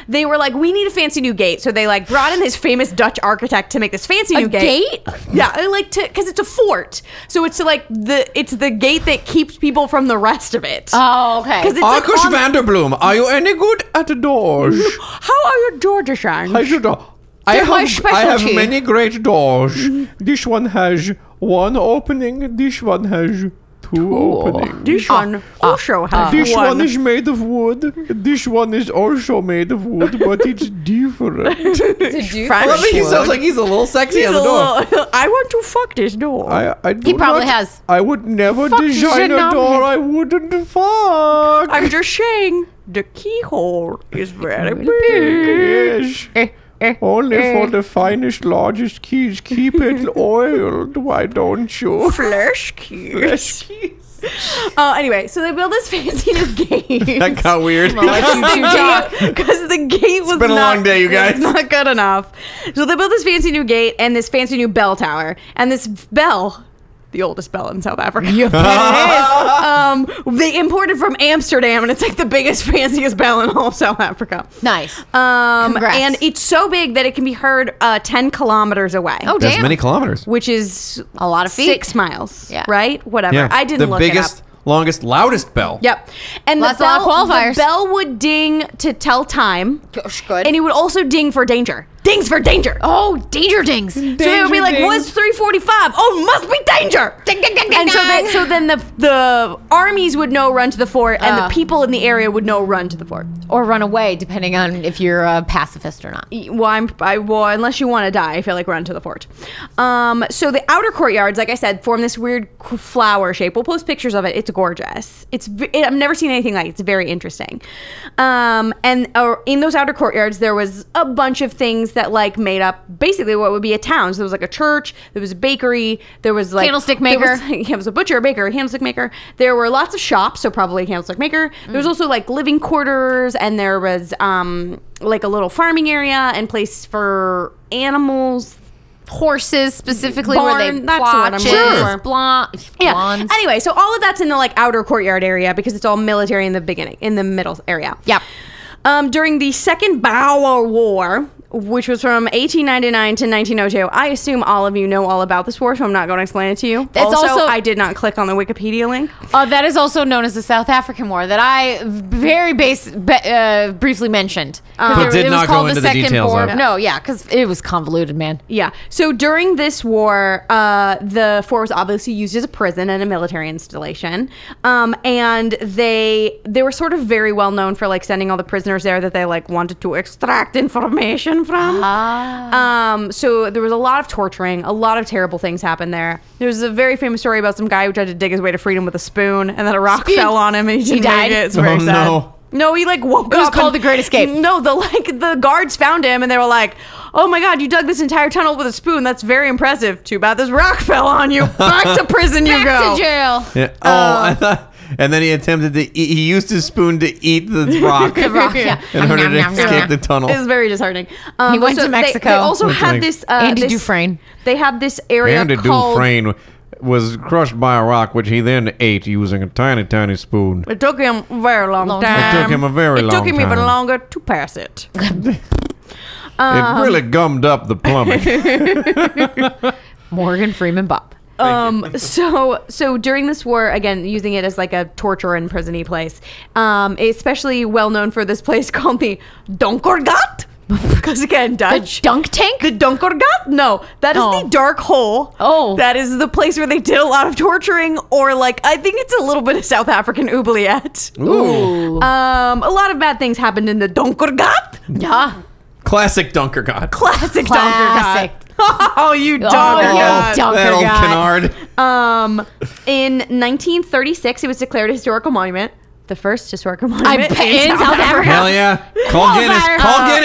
Speaker 4: They were like, we need a fancy new gate, so they like brought in this famous Dutch architect to make this fancy new
Speaker 2: gate?
Speaker 4: yeah, I like to because it's a fort, so it's like the it's the gate that keeps people from the rest of it.
Speaker 2: Oh, okay.
Speaker 4: 'Cause it's like
Speaker 3: Arkush
Speaker 4: on-
Speaker 3: Vanderbloom, are you any good at doors?
Speaker 4: how are your Georgia shines?
Speaker 3: I should. I
Speaker 2: They're my
Speaker 3: have, I have
Speaker 2: specialty.
Speaker 3: many great doors. This one has one opening. This one has two, openings.
Speaker 4: This one also has
Speaker 3: Ah. This
Speaker 4: one.
Speaker 3: one is made of wood. This one is also made of wood, but it's different. I love that he sounds like he's a little sexy
Speaker 4: He's
Speaker 3: on
Speaker 4: a
Speaker 3: the door.
Speaker 4: little- I want to fuck this door.
Speaker 3: I, I
Speaker 2: He
Speaker 3: do
Speaker 2: probably
Speaker 3: not-
Speaker 2: has.
Speaker 3: I would never
Speaker 2: Fuck, you should
Speaker 3: design a
Speaker 2: not-
Speaker 3: door I wouldn't fuck.
Speaker 4: am just saying, the keyhole is very
Speaker 3: yes. Only for the finest, largest keys. Keep it oiled, why don't you?
Speaker 4: flesh keys. Uh, anyway, so they build this fancy new gate.
Speaker 3: got weird.
Speaker 4: Because the gate was
Speaker 3: been a
Speaker 4: not-
Speaker 3: long day, you guys.
Speaker 4: was Not good enough. So they built this fancy new gate and this fancy new bell tower and this bell, the oldest bell in South Africa. um, they imported from Amsterdam and it's like the biggest, fanciest bell in all of South Africa.
Speaker 2: nice.
Speaker 4: Um,
Speaker 2: Congrats.
Speaker 4: and it's so big that it can be heard uh, 10 kilometers away.
Speaker 2: oh, damn.
Speaker 3: kilometers.
Speaker 4: Which is
Speaker 2: A lot of feet.
Speaker 4: Six miles.
Speaker 2: Yeah.
Speaker 4: Right? Whatever. I didn't look it up.
Speaker 3: longest, loudest bell.
Speaker 4: Yep. And
Speaker 2: Lots
Speaker 4: the
Speaker 2: of lot
Speaker 4: bell,
Speaker 2: of qualifiers.
Speaker 4: the bell would ding to tell time.
Speaker 2: Gosh, good.
Speaker 4: And it would also ding for danger. Dings for danger.
Speaker 2: oh, danger dings.
Speaker 4: so it would be like, was 345? Oh, must be danger.
Speaker 2: Ding, ding, ding, ding,
Speaker 4: and so,
Speaker 2: ding.
Speaker 4: that, so then the, the armies would know run to the fort and
Speaker 2: Uh.
Speaker 4: the people in the area would know run to the fort.
Speaker 2: or run away, depending on if you're a pacifist or not.
Speaker 4: well, I'm, I, well, unless you want to die, I feel like run to the fort. Um, so the outer courtyards, like I said, form this weird qu- flower shape. We'll post pictures of it. It's gorgeous. It's v- it, I've never seen anything like it. It's very interesting. Um, and uh, in those outer courtyards, there was a bunch of things that like made up basically what would be a town. So there was like a church, there was a bakery, there was like
Speaker 2: Candlestick
Speaker 4: there was-
Speaker 2: maker.
Speaker 4: he was a butcher, a baker, a candlestick maker. There were lots of shops, so probably a candlestick maker. There
Speaker 2: Mm.
Speaker 4: was also like living quarters, and there was um, like a little farming area and place for animals.
Speaker 2: Horses specifically, where they
Speaker 4: Barn, that's the word I'm
Speaker 2: plotches,
Speaker 4: looking for.
Speaker 2: blonde,
Speaker 4: Yeah.
Speaker 2: blondes.
Speaker 4: Anyway, so all of that's in the like outer courtyard area because it's all military in the beginning, in the middle area.
Speaker 2: Yep.
Speaker 4: Um, during the Second Boer War, which was from 1899 to 1902, I assume all of you know all about this war, so I'm not going to explain it to you.
Speaker 2: That's also-
Speaker 4: I did not click on the Wikipedia link.
Speaker 2: Uh, that is also known as the South African War that I very base, be, uh, briefly mentioned. 'Cause
Speaker 3: Oh. But did not go into the details
Speaker 2: Boer-
Speaker 3: of it.
Speaker 2: No, yeah, because it was convoluted, man.
Speaker 4: Yeah. So during this war, uh, the fort was obviously used as a prison and a military installation. Um, and they they were sort of very well known for like sending all the prisoners there that they like wanted to extract information from.
Speaker 2: Ah.
Speaker 4: Um, so there was a lot of torturing, a lot of terrible things happened there. There's a very famous story about some guy who tried to dig his way to freedom with a spoon, and then a rock
Speaker 2: Spoon.
Speaker 4: fell on him and he didn't
Speaker 2: died?
Speaker 4: make it. It's very
Speaker 3: Oh,
Speaker 4: sad.
Speaker 3: no.
Speaker 4: No, he like woke up.
Speaker 2: It was
Speaker 4: and-
Speaker 2: called The Great Escape.
Speaker 4: No, the like the guards found him and they were like, "Oh my god, you dug this entire tunnel with a spoon. That's very impressive. Too bad this rock fell on you. Back to prison you
Speaker 2: Back
Speaker 4: go."
Speaker 2: to jail.
Speaker 3: Yeah. Oh, I thought. And then he attempted to eat. He used his spoon to eat the rock
Speaker 2: The rock, yeah.
Speaker 3: in order to escape the tunnel.
Speaker 4: It's very disheartening. Um,
Speaker 2: He went
Speaker 4: so
Speaker 2: to
Speaker 4: they-
Speaker 2: Mexico.
Speaker 4: They, also
Speaker 3: Went to
Speaker 4: had
Speaker 3: Mex-
Speaker 4: this uh,
Speaker 2: Andy
Speaker 4: this-
Speaker 2: Dufresne.
Speaker 4: They had this area
Speaker 3: Andy
Speaker 4: called.
Speaker 3: Dufresne was crushed by a rock, which he then ate using a tiny, tiny spoon.
Speaker 4: It took him a very long,
Speaker 2: Long
Speaker 4: time.
Speaker 2: time. It
Speaker 3: took him a very
Speaker 4: It
Speaker 3: long
Speaker 4: took him even
Speaker 3: time.
Speaker 4: longer to pass it.
Speaker 3: it really gummed up the plumbing.
Speaker 2: Morgan Freeman Bob.
Speaker 4: Um, so so during this war, again using it as like a torture and prisony place, um, especially well known for this place called the Donkergat, because again
Speaker 2: The
Speaker 4: Dutch.
Speaker 2: dunk tank?
Speaker 4: the Donkergat? No, that is
Speaker 2: Oh.
Speaker 4: the dark hole.
Speaker 2: Oh.
Speaker 4: that is the place where they did a lot of torturing, or like I think it's a little bit of South African oubliette.
Speaker 3: Ooh.
Speaker 2: Uh,
Speaker 4: Um, a lot of bad things happened in the Donkergat.
Speaker 2: yeah.
Speaker 3: Classic dunker god.
Speaker 4: Classic
Speaker 2: Classic.
Speaker 4: Donkergat. Oh, you Donkergat.
Speaker 2: you dunker
Speaker 3: that old
Speaker 2: god.
Speaker 3: canard.
Speaker 4: Um, in 1936, it was declared a historical monument. The first historical monument
Speaker 2: bet- in South Africa.
Speaker 3: Hell yeah. Call Guinness.
Speaker 4: Qualifier.
Speaker 3: Call
Speaker 4: Uh,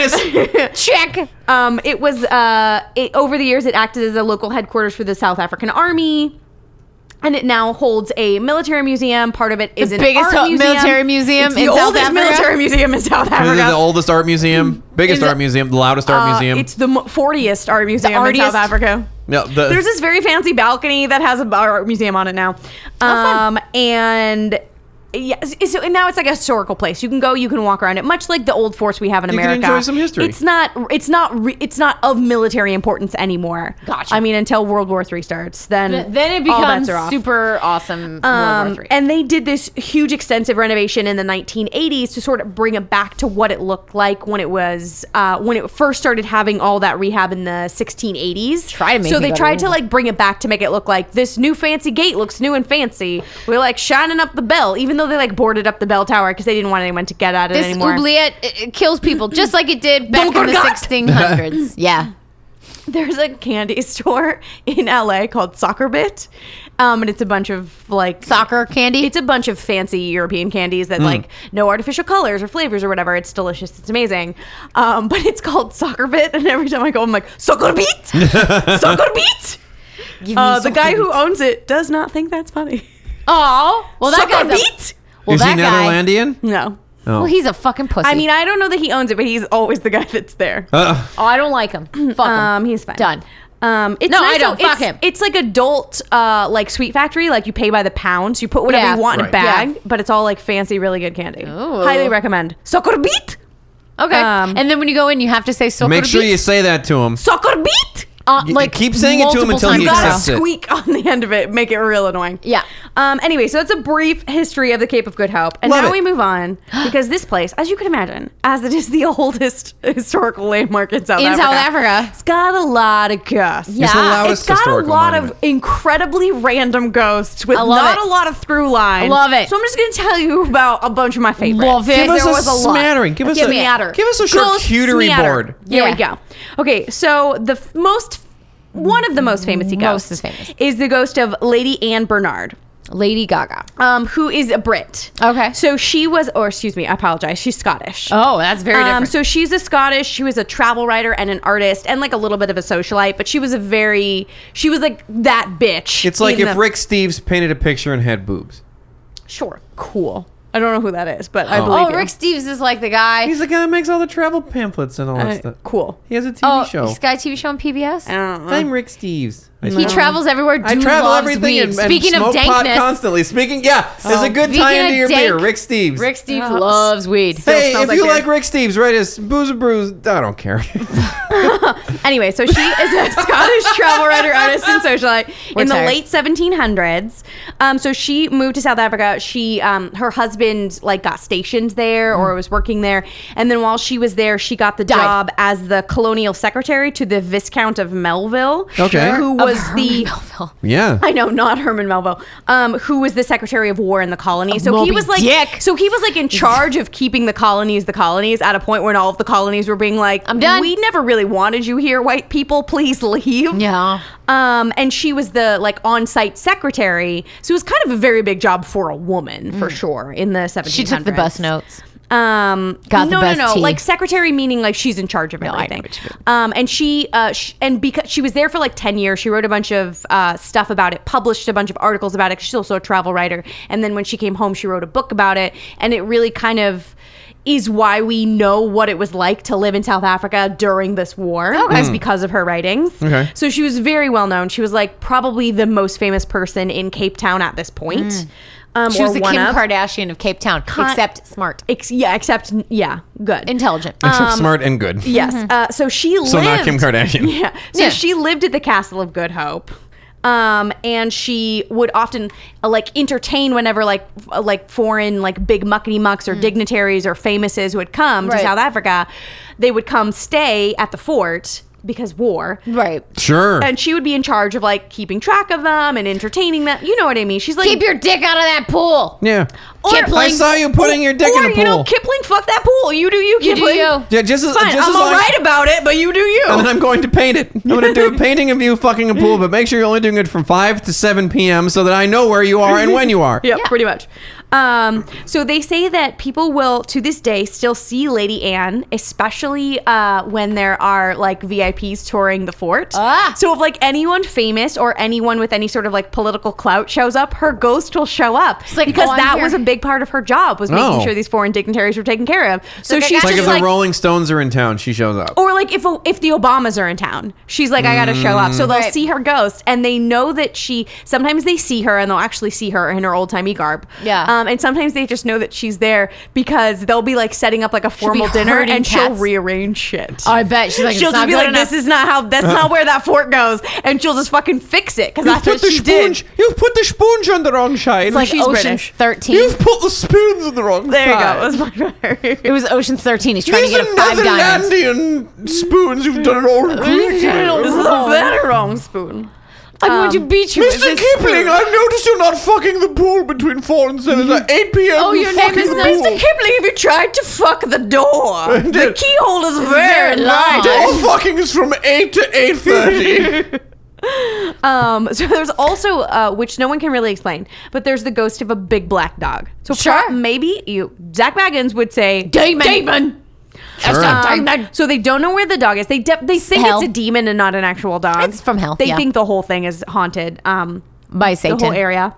Speaker 3: Guinness.
Speaker 2: Check.
Speaker 4: Um, it was uh, it, over the years, it acted as a local headquarters for the South African Army, and it now holds a military museum. Part of it is an
Speaker 2: biggest
Speaker 4: art
Speaker 2: ho-
Speaker 4: museum.
Speaker 2: military museum
Speaker 4: It's the
Speaker 2: in South
Speaker 4: oldest
Speaker 2: Africa?
Speaker 4: military museum in South
Speaker 3: Is it
Speaker 4: Africa.
Speaker 3: the oldest art museum, biggest
Speaker 4: Is it-
Speaker 3: art museum, the loudest art
Speaker 4: Uh,
Speaker 3: museum.
Speaker 4: It's the mo- 40th art museum in
Speaker 2: artiest-
Speaker 4: South Africa.
Speaker 3: no, the,
Speaker 4: There's this very fancy balcony that has a bar- art museum on it now. Um, and yes, so and now it's like a historical place. You can go, you can walk around it, much like the old force we have in
Speaker 3: You can
Speaker 4: America.
Speaker 3: enjoy some history.
Speaker 4: It's not, it's not, re- it's not of military importance anymore.
Speaker 2: Gotcha.
Speaker 4: I mean, until World War III starts, then
Speaker 2: Then it
Speaker 4: all bets
Speaker 2: becomes
Speaker 4: are off.
Speaker 2: super awesome. World
Speaker 4: Um,
Speaker 2: War III.
Speaker 4: and they did this huge, extensive renovation in the 1980s to sort of bring it back to what it looked like when it was uh, when it first started having all that rehab in the 1680s.
Speaker 2: Try to make
Speaker 4: so
Speaker 2: me
Speaker 4: they
Speaker 2: go to
Speaker 4: tried to
Speaker 2: England.
Speaker 4: like bring it back to make it look like this new fancy gate looks new and fancy. We're like shining up the bell, even though they like boarded up the bell tower because they didn't want anyone to get at it
Speaker 2: this
Speaker 4: anymore.
Speaker 2: oubliette it, it kills people just like it did back
Speaker 4: Don't go
Speaker 2: in the
Speaker 4: to God.
Speaker 2: 1600s. yeah.
Speaker 4: There's a candy store in LA called Soccer Bit, um, and it's a bunch of like
Speaker 2: Soccer candy.
Speaker 4: It's a bunch of fancy European candies
Speaker 3: Mm.
Speaker 4: that like no artificial colors or flavors or whatever. It's delicious. It's amazing. Um, but it's called soccer bit, and every time I go, I'm like soccer beat, soccer beat.
Speaker 2: Give me
Speaker 4: Uh, the
Speaker 2: soccer
Speaker 4: guy
Speaker 2: beat.
Speaker 4: who owns it does not think that's funny.
Speaker 2: Oh, well that
Speaker 4: soccer
Speaker 2: guy's a-
Speaker 4: beat?
Speaker 2: well
Speaker 3: is he
Speaker 2: that guy.
Speaker 3: Netherlandian?
Speaker 4: No.
Speaker 3: Oh.
Speaker 2: Well, he's a fucking pussy.
Speaker 4: I mean, I don't know that he owns it, but he's always the guy that's there.
Speaker 3: Uh,
Speaker 2: oh, I don't like him. Fuck him.
Speaker 4: Um, he's fine.
Speaker 2: Done.
Speaker 4: Um, it's
Speaker 2: No,
Speaker 4: nice
Speaker 2: I
Speaker 4: though.
Speaker 2: don't. Fuck
Speaker 4: It's-
Speaker 2: him.
Speaker 4: It's like adult, uh, like Sweet Factory. Like you pay by the pound, so you put whatever
Speaker 2: Yeah.
Speaker 4: you want in
Speaker 3: Right.
Speaker 4: a bag,
Speaker 2: Yeah.
Speaker 4: but it's all like fancy, really good candy.
Speaker 2: Ooh.
Speaker 4: Highly recommend. Soccer beat,
Speaker 2: Okay.
Speaker 4: um,
Speaker 2: and then when you go in, you have to say soccer
Speaker 3: make sure
Speaker 2: beat.
Speaker 3: you say that to him.
Speaker 4: soccer beat.
Speaker 2: Uh,
Speaker 3: You- you keep saying it to him
Speaker 2: multiple
Speaker 3: until
Speaker 2: times.
Speaker 3: he
Speaker 4: You gotta
Speaker 3: accepts it.
Speaker 4: squeak on the end of it, make it real annoying.
Speaker 2: Yeah.
Speaker 4: Um. Anyway, so that's a brief history of the Cape of Good Hope, and
Speaker 3: Love
Speaker 4: now
Speaker 3: it.
Speaker 4: we move on because this place, as you can imagine, as it is the oldest historical landmark in South
Speaker 2: In
Speaker 4: Africa,
Speaker 2: South Africa.
Speaker 4: it's got a lot of ghosts.
Speaker 2: It's the
Speaker 3: loudest
Speaker 4: it's got a
Speaker 3: historical
Speaker 4: lot
Speaker 3: monument.
Speaker 4: of incredibly random ghosts with
Speaker 2: I love
Speaker 4: not
Speaker 2: it.
Speaker 4: a lot of through lines.
Speaker 2: Love it.
Speaker 4: So I'm just gonna tell you about a bunch of my favorites.
Speaker 2: Love it.
Speaker 3: Give
Speaker 2: There
Speaker 3: us
Speaker 2: was
Speaker 3: a,
Speaker 2: a lot.
Speaker 3: smattering. Give us
Speaker 2: Give
Speaker 3: a
Speaker 2: me at her.
Speaker 3: Give us a
Speaker 4: Ghost
Speaker 3: charcuterie
Speaker 4: smeatter.
Speaker 3: board.
Speaker 4: There we
Speaker 2: Yeah.
Speaker 4: go. Okay, so the f- most, one of the most famous ghosts
Speaker 2: is famous.
Speaker 4: is the ghost of Lady Anne Bernard,
Speaker 2: Lady Gaga.
Speaker 4: um, who is a Brit.
Speaker 2: Okay.
Speaker 4: So she was, or excuse me, I apologize. She's Scottish.
Speaker 2: Oh, that's very
Speaker 4: Um,
Speaker 2: different.
Speaker 4: so she's a Scottish. She was a travel writer and an artist and like a little bit of a socialite, but she was a very, she was like that bitch.
Speaker 3: It's like
Speaker 4: in
Speaker 3: if
Speaker 4: the-
Speaker 3: Rick Steves painted a picture and had boobs.
Speaker 4: Sure. Cool. I don't know who that is, but I
Speaker 3: Oh.
Speaker 4: believe
Speaker 2: oh,
Speaker 4: you.
Speaker 2: Rick Steves is like the guy.
Speaker 3: He's the guy that makes all the travel pamphlets and all that
Speaker 4: Uh,
Speaker 3: stuff.
Speaker 4: cool.
Speaker 3: He has a TV
Speaker 2: oh,
Speaker 3: show.
Speaker 2: he's got uh, a TV show on PBS.
Speaker 4: I don't know.
Speaker 3: I'm Rick Steves. I
Speaker 2: He
Speaker 3: swear.
Speaker 2: travels everywhere. Dude
Speaker 3: I travel
Speaker 2: loves
Speaker 3: everything
Speaker 2: weed.
Speaker 3: and, and
Speaker 2: Speaking
Speaker 3: smoke
Speaker 2: of
Speaker 3: pot
Speaker 2: dankness, Oh.
Speaker 3: constantly. Speaking, yeah, there's a good
Speaker 2: Speaking
Speaker 3: tie
Speaker 2: of
Speaker 3: into your
Speaker 2: dank,
Speaker 3: beer. Rick Steves.
Speaker 2: Rick Steves
Speaker 4: Oh.
Speaker 2: loves weed.
Speaker 3: hey,
Speaker 4: smells
Speaker 3: if
Speaker 4: like
Speaker 3: you
Speaker 4: beer.
Speaker 3: like Rick Steves, write us booze or brews. I don't care.
Speaker 4: Anyway, so she is a Scottish travel writer, artist, and socialite
Speaker 2: We're
Speaker 4: in the
Speaker 2: tired.
Speaker 4: late 1700s. Um, so she moved to South Africa. She, um, her husband, like got stationed there or was working there, and then while she was there, she got
Speaker 2: Mm.
Speaker 4: the
Speaker 2: Died.
Speaker 4: job as the colonial secretary to the Viscount of Melville,
Speaker 3: Okay.
Speaker 4: who
Speaker 2: Of
Speaker 4: was
Speaker 2: Herman
Speaker 4: the
Speaker 2: Melville.
Speaker 3: yeah.
Speaker 4: I know, not Herman Melville, um, who was the Secretary of War in the colony. So
Speaker 2: Moby
Speaker 4: he was like,
Speaker 2: Dick.
Speaker 4: so he was like in charge of keeping the colonies, the colonies at a point when all of the colonies were being like,
Speaker 2: I'm done.
Speaker 4: We never really wanted you here, white people. Please leave.
Speaker 2: Yeah.
Speaker 4: Um, and she was the like on-site secretary, so it was kind of a very big job for a woman for sure in the 1700s.
Speaker 2: Mm. She took the bus notes.
Speaker 4: Um,
Speaker 2: Got the
Speaker 4: no,
Speaker 2: best
Speaker 4: no, no,
Speaker 2: tea.
Speaker 4: Like secretary, meaning like she's in charge of
Speaker 2: I know
Speaker 4: everything.
Speaker 2: what you mean.
Speaker 4: um, and she, uh, sh- and because she was there for like ten years, she wrote a bunch of uh, stuff about it, published a bunch of articles about it. She's also a travel writer. And then when she came home, she wrote a book about it, and it really kind of is why we know what it was like to live in South Africa during this war. Okay.
Speaker 2: Hmm.
Speaker 4: It's because of her writings.
Speaker 3: Okay.
Speaker 4: So she was very well known. She was like probably the most famous person in Cape Town at this point.
Speaker 2: Hmm.
Speaker 4: Um,
Speaker 2: She was
Speaker 4: or
Speaker 2: the
Speaker 4: one
Speaker 2: Kim
Speaker 4: of.
Speaker 2: Kardashian of Cape Town, except smart,
Speaker 4: Ex- yeah, except yeah, good.
Speaker 2: intelligent.
Speaker 3: Except smart and good.
Speaker 4: Yes. Uh, so she lived.
Speaker 3: So not Kim Kardashian.
Speaker 4: Yeah. So
Speaker 2: Mm-hmm. Yeah.
Speaker 4: she lived at the Castle of Good Hope. Um, and she would often uh, like entertain whenever like f- uh, like foreign like big muckety mucks or dignitaries or famouses would come
Speaker 2: Mm. Right.
Speaker 4: to South Africa. They would come stay at the fort because war.
Speaker 2: right.
Speaker 3: Sure.
Speaker 4: And she would be in charge of like keeping track of them and entertaining them. You know what I mean? She's like
Speaker 2: Keep your dick out of that pool.
Speaker 3: yeah.
Speaker 2: Or-
Speaker 3: I saw you putting your dick
Speaker 4: or,
Speaker 3: in a pool.
Speaker 4: you know, Kipling, fuck that pool. You do you,
Speaker 2: You do
Speaker 4: Kipling.
Speaker 2: you.
Speaker 3: yeah, just as,
Speaker 4: Fine,
Speaker 3: just
Speaker 4: I'm
Speaker 3: as long
Speaker 4: all right about it, but you do you.
Speaker 3: and then I'm going to paint it. I'm going to do a painting of you fucking a pool, but make sure you're only doing it from 5 to 7 p.m. so that I know where you are and when you are.
Speaker 4: yeah,
Speaker 2: Yeah.
Speaker 4: pretty much. Um, so they say that people will, to this day, still see Lady Anne, especially uh, when there are like VIPs touring the fort.
Speaker 2: Ah.
Speaker 4: So if like anyone famous or anyone with any sort of like political clout shows up, her ghost will show up
Speaker 2: like,
Speaker 4: because
Speaker 2: "Oh, I'm
Speaker 4: that
Speaker 2: here."
Speaker 4: was a big part of her job was making
Speaker 3: Oh.
Speaker 4: sure these foreign dignitaries were taken care of. So
Speaker 2: like, I
Speaker 4: she's
Speaker 2: got
Speaker 3: Like
Speaker 2: you.
Speaker 3: if
Speaker 4: just
Speaker 3: the
Speaker 4: like. Oh,
Speaker 3: Rolling Stones are in town, she shows up.
Speaker 4: or like if if the Obamas are in town, she's like, I gotta show up. So they'll
Speaker 2: Right.
Speaker 4: see her ghost, and they know that she. Sometimes they see her, and they'll actually see her in her old timey garb.
Speaker 2: Yeah.
Speaker 4: Um, and sometimes they just know that she's there because they'll be like setting up like a
Speaker 2: be
Speaker 4: formal dinner,
Speaker 2: herding
Speaker 4: and she'll
Speaker 2: cats.
Speaker 4: rearrange shit.
Speaker 2: I bet she's like,
Speaker 4: she'll
Speaker 2: it's not
Speaker 4: just be
Speaker 2: good
Speaker 4: like,
Speaker 2: enough.
Speaker 4: "This is not how. That's not where that fort goes," and she'll just fucking fix it because that's what she did.
Speaker 3: You've put the spoons on the wrong side.
Speaker 2: It's like
Speaker 4: she's
Speaker 2: Ocean's
Speaker 4: British.
Speaker 2: 13.
Speaker 3: put the spoons on the wrong
Speaker 4: There you go. That's my-
Speaker 2: it was Ocean's 13. He's trying to get a five diamond.
Speaker 3: spoons. You've done it all.
Speaker 2: Oh,
Speaker 4: This is Um, a better wrong spoon.
Speaker 2: I'm going to beat you. with this spoon.
Speaker 3: I've noticed you're not fucking the pool between 4 and 7. It's like 8 p.m.
Speaker 2: Oh, your name is nice to
Speaker 4: Kipling, have you tried to fuck the door? The keyhole is
Speaker 2: very large.
Speaker 3: fucking is from 8 to 8.30.
Speaker 4: Um, so there's also, uh, which no one can really explain, but there's the ghost of a big black dog. So
Speaker 2: Sure.
Speaker 4: pro- maybe you, Zach Baggins would say
Speaker 2: Demon.
Speaker 4: Demon.
Speaker 3: Sure.
Speaker 4: Um, so they don't know where the dog is. They de- they think
Speaker 2: Hell.
Speaker 4: it's a demon and not an actual dog.
Speaker 2: It's from hell,
Speaker 4: They
Speaker 2: yeah.
Speaker 4: think the whole thing is haunted. Um,
Speaker 2: By Satan.
Speaker 4: the whole area.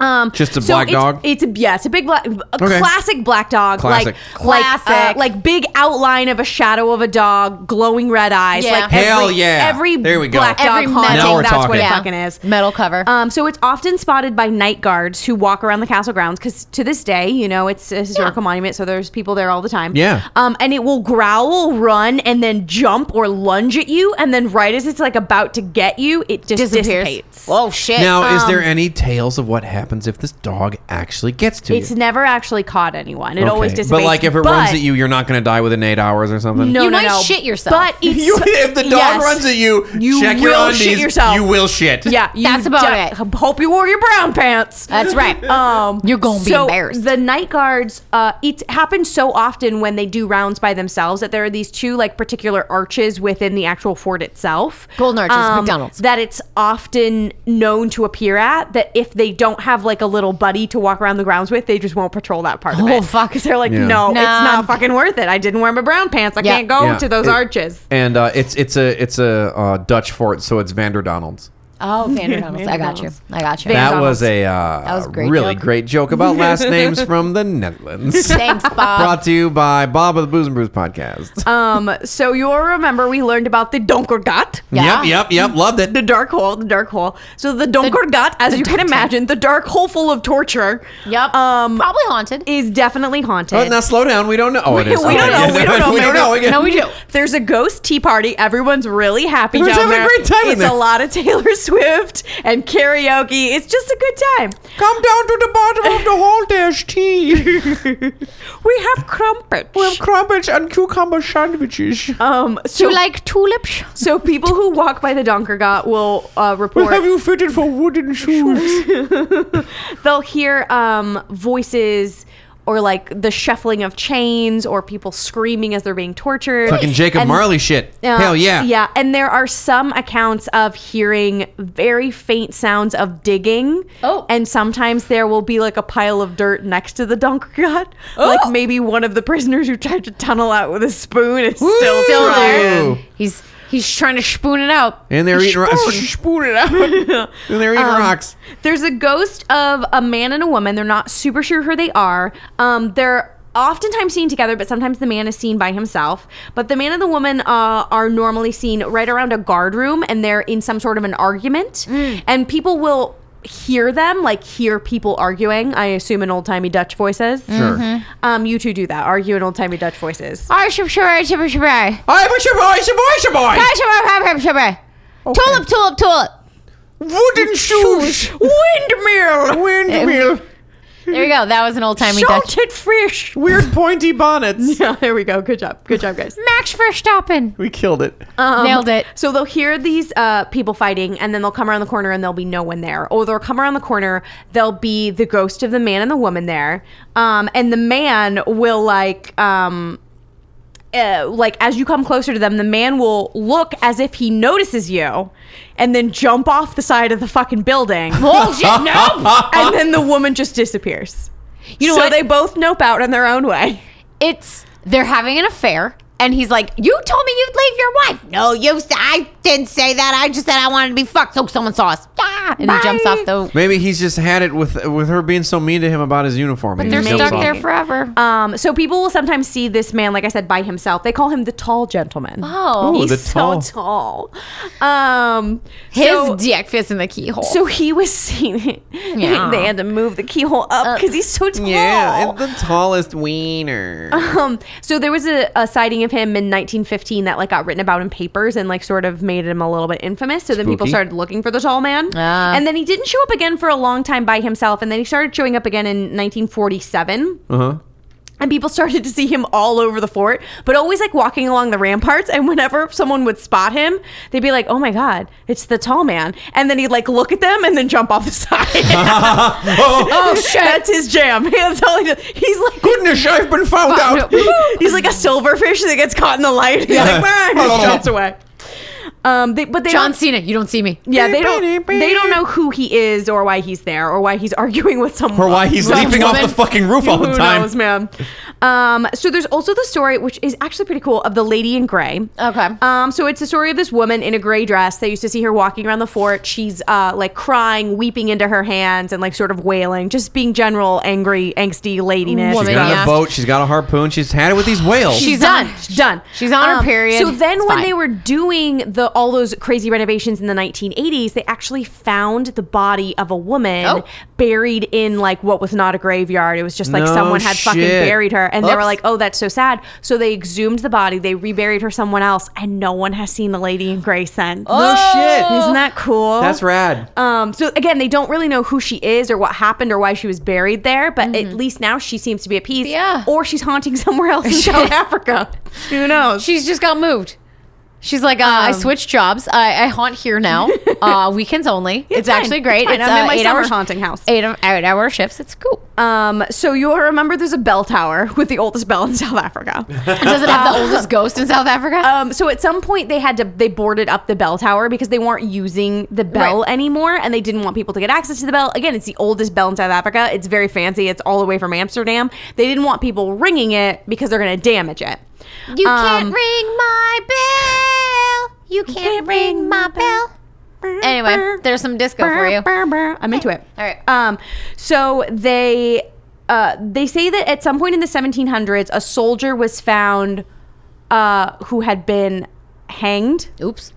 Speaker 4: Um,
Speaker 3: Just a
Speaker 4: so
Speaker 3: black
Speaker 4: it's-
Speaker 3: dog?
Speaker 4: It's a yeah, it's a big black, a
Speaker 3: Okay.
Speaker 4: classic black dog,
Speaker 3: Classic.
Speaker 4: like like uh,
Speaker 2: Classic.
Speaker 4: like big outline of a shadow of a dog, glowing red eyes.
Speaker 2: Yeah.
Speaker 4: Like
Speaker 3: Hell
Speaker 4: every,
Speaker 3: yeah.
Speaker 4: Every
Speaker 3: There we go.
Speaker 4: black dog
Speaker 2: Every
Speaker 4: haunting.
Speaker 2: metal- Now we're
Speaker 4: that's what it
Speaker 3: talking.
Speaker 4: fucking is.
Speaker 2: Metal cover.
Speaker 4: Um, so it's often spotted by night guards who walk around the castle grounds because to this day, you know, it's a historical monument, so there's people there all the time.
Speaker 3: Yeah.
Speaker 4: Um, and it will growl, run, and then jump or lunge at you, and then right as it's like about to get you, it just
Speaker 2: Disappears.
Speaker 4: dissipates.
Speaker 2: Oh, shit.
Speaker 3: Now, is
Speaker 4: um,
Speaker 3: there any tales of what happens if this dog actually gets to
Speaker 4: It's
Speaker 3: you?
Speaker 4: never actually caught anyone. It always
Speaker 3: Okay.
Speaker 4: dissipates.
Speaker 3: But like if it
Speaker 4: But-
Speaker 3: runs at you, you're not going to die within 8 hours or something?
Speaker 4: no,
Speaker 2: You
Speaker 4: no,
Speaker 2: might
Speaker 4: no.
Speaker 2: shit yourself.
Speaker 4: But it's,
Speaker 3: You- if the dog
Speaker 4: Yes.
Speaker 3: runs at you,
Speaker 4: You
Speaker 3: check your
Speaker 4: will
Speaker 3: undies.
Speaker 4: shit yourself.
Speaker 3: You will shit.
Speaker 4: yeah, you
Speaker 2: That's about
Speaker 4: d- Hope you wore your brown pants.
Speaker 2: That's right.
Speaker 4: Um,
Speaker 2: You're gonna be
Speaker 4: so
Speaker 2: embarrassed.
Speaker 4: The night guards, uh, it happens so often when they do rounds by themselves that there are these two like particular arches within the actual fort itself. Um,
Speaker 2: Golden arches, McDonald's.
Speaker 4: That it's often known to appear at. That if they don't have like a little buddy to walk around the grounds with, they just won't patrol that part of it.
Speaker 2: Oh, fuck.
Speaker 4: 'Cause they're like,
Speaker 3: Yeah.
Speaker 4: no,
Speaker 2: No.
Speaker 4: it's not fucking worth it. I didn't wear my brown pants. I
Speaker 2: Yeah.
Speaker 4: can't go
Speaker 3: Yeah,
Speaker 4: to those
Speaker 3: it-
Speaker 4: arches.
Speaker 3: And uh, it's it's a it's a uh, Dutch fort, so it's Vanderdonald's.
Speaker 2: oh, Vanderdonald's. I got you. I got you.
Speaker 4: Van-
Speaker 3: That was
Speaker 4: McDonald's.
Speaker 3: a, uh,
Speaker 2: That was a great
Speaker 3: really
Speaker 2: joke.
Speaker 3: great joke about last names from the Netherlands.
Speaker 2: Thanks, Bob.
Speaker 3: Brought to you by Bob of the Booze and Brews podcast.
Speaker 4: Um, so you'll remember we learned about the Donkergat.
Speaker 2: yeah.
Speaker 3: Yep, yep, yep. Loved it.
Speaker 4: the dark hole, the dark hole. So the Dunkergat, as you can imagine, the dark hole full of torture.
Speaker 2: Yep.
Speaker 4: Um,
Speaker 2: Probably haunted.
Speaker 4: is definitely haunted.
Speaker 3: Oh, now slow down. We don't know. Oh, it
Speaker 4: we,
Speaker 3: is.
Speaker 4: we don't
Speaker 3: Okay.
Speaker 4: know. We don't know.
Speaker 3: we don't know.
Speaker 4: maybe.
Speaker 3: Again.
Speaker 2: No, we do.
Speaker 4: There's a ghost tea party. Everyone's really happy
Speaker 3: Everyone's
Speaker 4: down
Speaker 3: having a
Speaker 4: there.
Speaker 3: great time in
Speaker 4: It's
Speaker 3: there.
Speaker 4: a lot of Taylor Swift and karaoke. It's just a good time.
Speaker 3: Come down to the bottom of the hole. There's tea.
Speaker 4: We have crumpets.
Speaker 3: We have crumpets and cucumber sandwiches.
Speaker 4: um,
Speaker 2: Do
Speaker 4: so,
Speaker 2: you like tulips?
Speaker 4: so people who walk by the Dunkergat will uh, report
Speaker 3: Have you fitted for wooden shoes?
Speaker 4: they'll hear um, voices or like the shuffling of chains or people screaming as they're being tortured.
Speaker 3: Fucking Jacob
Speaker 4: And-
Speaker 3: Marley shit.
Speaker 4: Uh,
Speaker 3: Hell yeah.
Speaker 4: Yeah. And there are some accounts of hearing very faint sounds of digging.
Speaker 2: Oh.
Speaker 4: And sometimes there will be like a pile of dirt next to the dunker gut.
Speaker 2: Oh.
Speaker 4: Like maybe one of the prisoners who tried to tunnel out with a spoon is still,
Speaker 3: Ooh.
Speaker 2: Still
Speaker 3: Ooh.
Speaker 2: there. He's he's trying to spoon it out.
Speaker 3: And they're eating rocks.
Speaker 2: Spoon.
Speaker 3: Spoon it out. and they're eating rocks.
Speaker 4: There's a ghost of a man and a woman. They're not super sure who they are. Um, they're oftentimes seen together, but sometimes the man is seen by himself. But the man and the woman uh, are normally seen right around a guard room, and they're in some sort of an argument. And people will hear them, like hear people arguing. I assume in old timey Dutch voices.
Speaker 3: Sure.
Speaker 4: Um, you two do that. Argue in old timey Dutch voices.
Speaker 2: Oh, shib- shib- shib- shib-
Speaker 3: I wish a boy, a boy, a boy.
Speaker 2: Ah, shib- shib- shib- shib. Tulip, tulip, tulip.
Speaker 3: Wooden shoes.
Speaker 4: Windmill.
Speaker 3: Windmill.
Speaker 2: There you go. That was an old timey Dutch.
Speaker 4: Salted fish.
Speaker 3: Weird pointy bonnets.
Speaker 4: Yeah, there we go. Good job. Good job, guys.
Speaker 2: Max Verstappen.
Speaker 3: We killed it.
Speaker 4: Um,
Speaker 2: Nailed it.
Speaker 4: So they'll hear these uh, people fighting, and then they'll come around the corner, and there'll be no one there. Or they'll come around the corner, there'll be the ghost of the man and the woman there, um, and the man will like. Um, uh, like as you come closer to them, the man will look as if he notices you, and then jump off the side of the fucking building,
Speaker 2: Bullshit. No.
Speaker 4: and then the woman just disappears.
Speaker 2: You know
Speaker 4: so
Speaker 2: what?
Speaker 4: they both nope out in their own way.
Speaker 2: it's they're having an affair and he's like you told me you'd leave your wife no you s- i didn't say that i just said i wanted to be fucked so someone saw us ah, and he jumps off the
Speaker 3: Maybe he's just had it with with her being so mean to him about his uniform. But
Speaker 2: they're
Speaker 4: Maybe.
Speaker 2: stuck there forever
Speaker 4: Um, so people will sometimes see this man, like I said, by himself. They call him the tall gentleman.
Speaker 2: oh
Speaker 3: Ooh,
Speaker 4: he's
Speaker 3: the tall.
Speaker 4: so tall. Um,
Speaker 2: his
Speaker 4: so,
Speaker 2: dick fits in the keyhole
Speaker 4: so he was seen.
Speaker 2: Yeah.
Speaker 4: they had to move the keyhole up because he's so tall.
Speaker 3: yeah, it's the tallest wiener.
Speaker 4: Um, so there was a, a sighting of him in 1915 that like got written about in papers and like sort of made him a little bit infamous. So then people
Speaker 3: Spooky.
Speaker 4: started looking for the tall man,
Speaker 2: Ah.
Speaker 4: and then he didn't show up again for a long time by himself, and then he started showing up again in 1947.
Speaker 3: Uh huh.
Speaker 4: And people started to see him all over the fort, but always like walking along the ramparts. And whenever someone would spot him, they'd be like, "Oh my god, it's the tall man!" And then he'd like look at them and then jump off the side. oh shit! That's his jam. That's all he does. He's like,
Speaker 3: Goodness, I've been found out.
Speaker 4: he's like a silverfish that gets caught in the light. He's like, "Bah," and
Speaker 3: Oh,
Speaker 4: just jumps away. Um, they, but they
Speaker 2: john
Speaker 4: don't-
Speaker 2: cena you don't see me
Speaker 4: yeah, they don't. They don't know who he is or why he's there or why he's arguing with someone
Speaker 3: Or why he's
Speaker 2: Some
Speaker 3: leaping off
Speaker 2: woman.
Speaker 3: the fucking roof all the
Speaker 4: who
Speaker 3: time.
Speaker 4: knows, man? Um, so there's also the story, which is actually pretty cool, of the lady in gray.
Speaker 2: Okay.
Speaker 4: Um, so it's the story of this woman in a gray dress. They used to see her walking around the fort. She's uh, like crying, weeping into her hands, and like sort of wailing, just being general angry, angsty ladiness.
Speaker 3: She's
Speaker 2: Woman,
Speaker 3: got
Speaker 2: yeah.
Speaker 3: a boat. She's got a harpoon. She's had it with these whales.
Speaker 2: She's
Speaker 4: on-
Speaker 2: done.
Speaker 4: She's done. Um,
Speaker 2: She's on her period.
Speaker 4: So then,
Speaker 2: It's
Speaker 4: when
Speaker 2: fine.
Speaker 4: they were doing the all those crazy renovations in the 1980s, they actually found the body of a woman
Speaker 2: Oh.
Speaker 4: buried in like what was not a graveyard. It was just like
Speaker 3: No
Speaker 4: someone had fucking
Speaker 3: shit.
Speaker 4: buried her, and they were
Speaker 2: Oops.
Speaker 4: like, "Oh, that's so sad." So they exhumed the body, they reburied her someone else, and no one has seen the lady in gray since.
Speaker 2: Oh.
Speaker 3: no shit.
Speaker 4: Isn't that cool?
Speaker 3: That's rad.
Speaker 4: Um, so again, they don't really know who she is or what happened or why she was buried there, but at least now she seems to be at peace.
Speaker 2: Mm-hmm. Yeah.
Speaker 4: Or she's haunting somewhere else in South Africa. Who knows?
Speaker 2: she's just got moved she's like uh,
Speaker 4: Um.
Speaker 2: i switched jobs I, I haunt here now uh weekends only it's,
Speaker 4: fine.
Speaker 2: actually great
Speaker 4: It's fine. I'm
Speaker 2: uh,
Speaker 4: in my
Speaker 2: eight
Speaker 4: summer
Speaker 2: hour
Speaker 4: haunting house.
Speaker 2: eight, eight hour shifts it's cool
Speaker 4: Um, so you'll remember there's a bell tower with the oldest bell in South Africa.
Speaker 2: does it have
Speaker 4: uh,
Speaker 2: the oldest ghost in south africa
Speaker 4: um, so at some point they had to they boarded up the bell tower because they weren't using the bell
Speaker 2: Right.
Speaker 4: anymore and they didn't want people to get access to the bell. Again, it's the oldest bell in South Africa. It's very fancy. It's all the way from Amsterdam. They didn't want people ringing it because they're going to damage it.
Speaker 2: You
Speaker 4: can't Um,
Speaker 2: ring my bell. You can't ring my bell. Anyway, there's some disco for you.
Speaker 4: Brr, brr, brr. I'm into it.
Speaker 2: All right.
Speaker 4: Um, so they uh, they say that at some point in the 1700s, a soldier was found uh, who had been hanged
Speaker 2: Oops.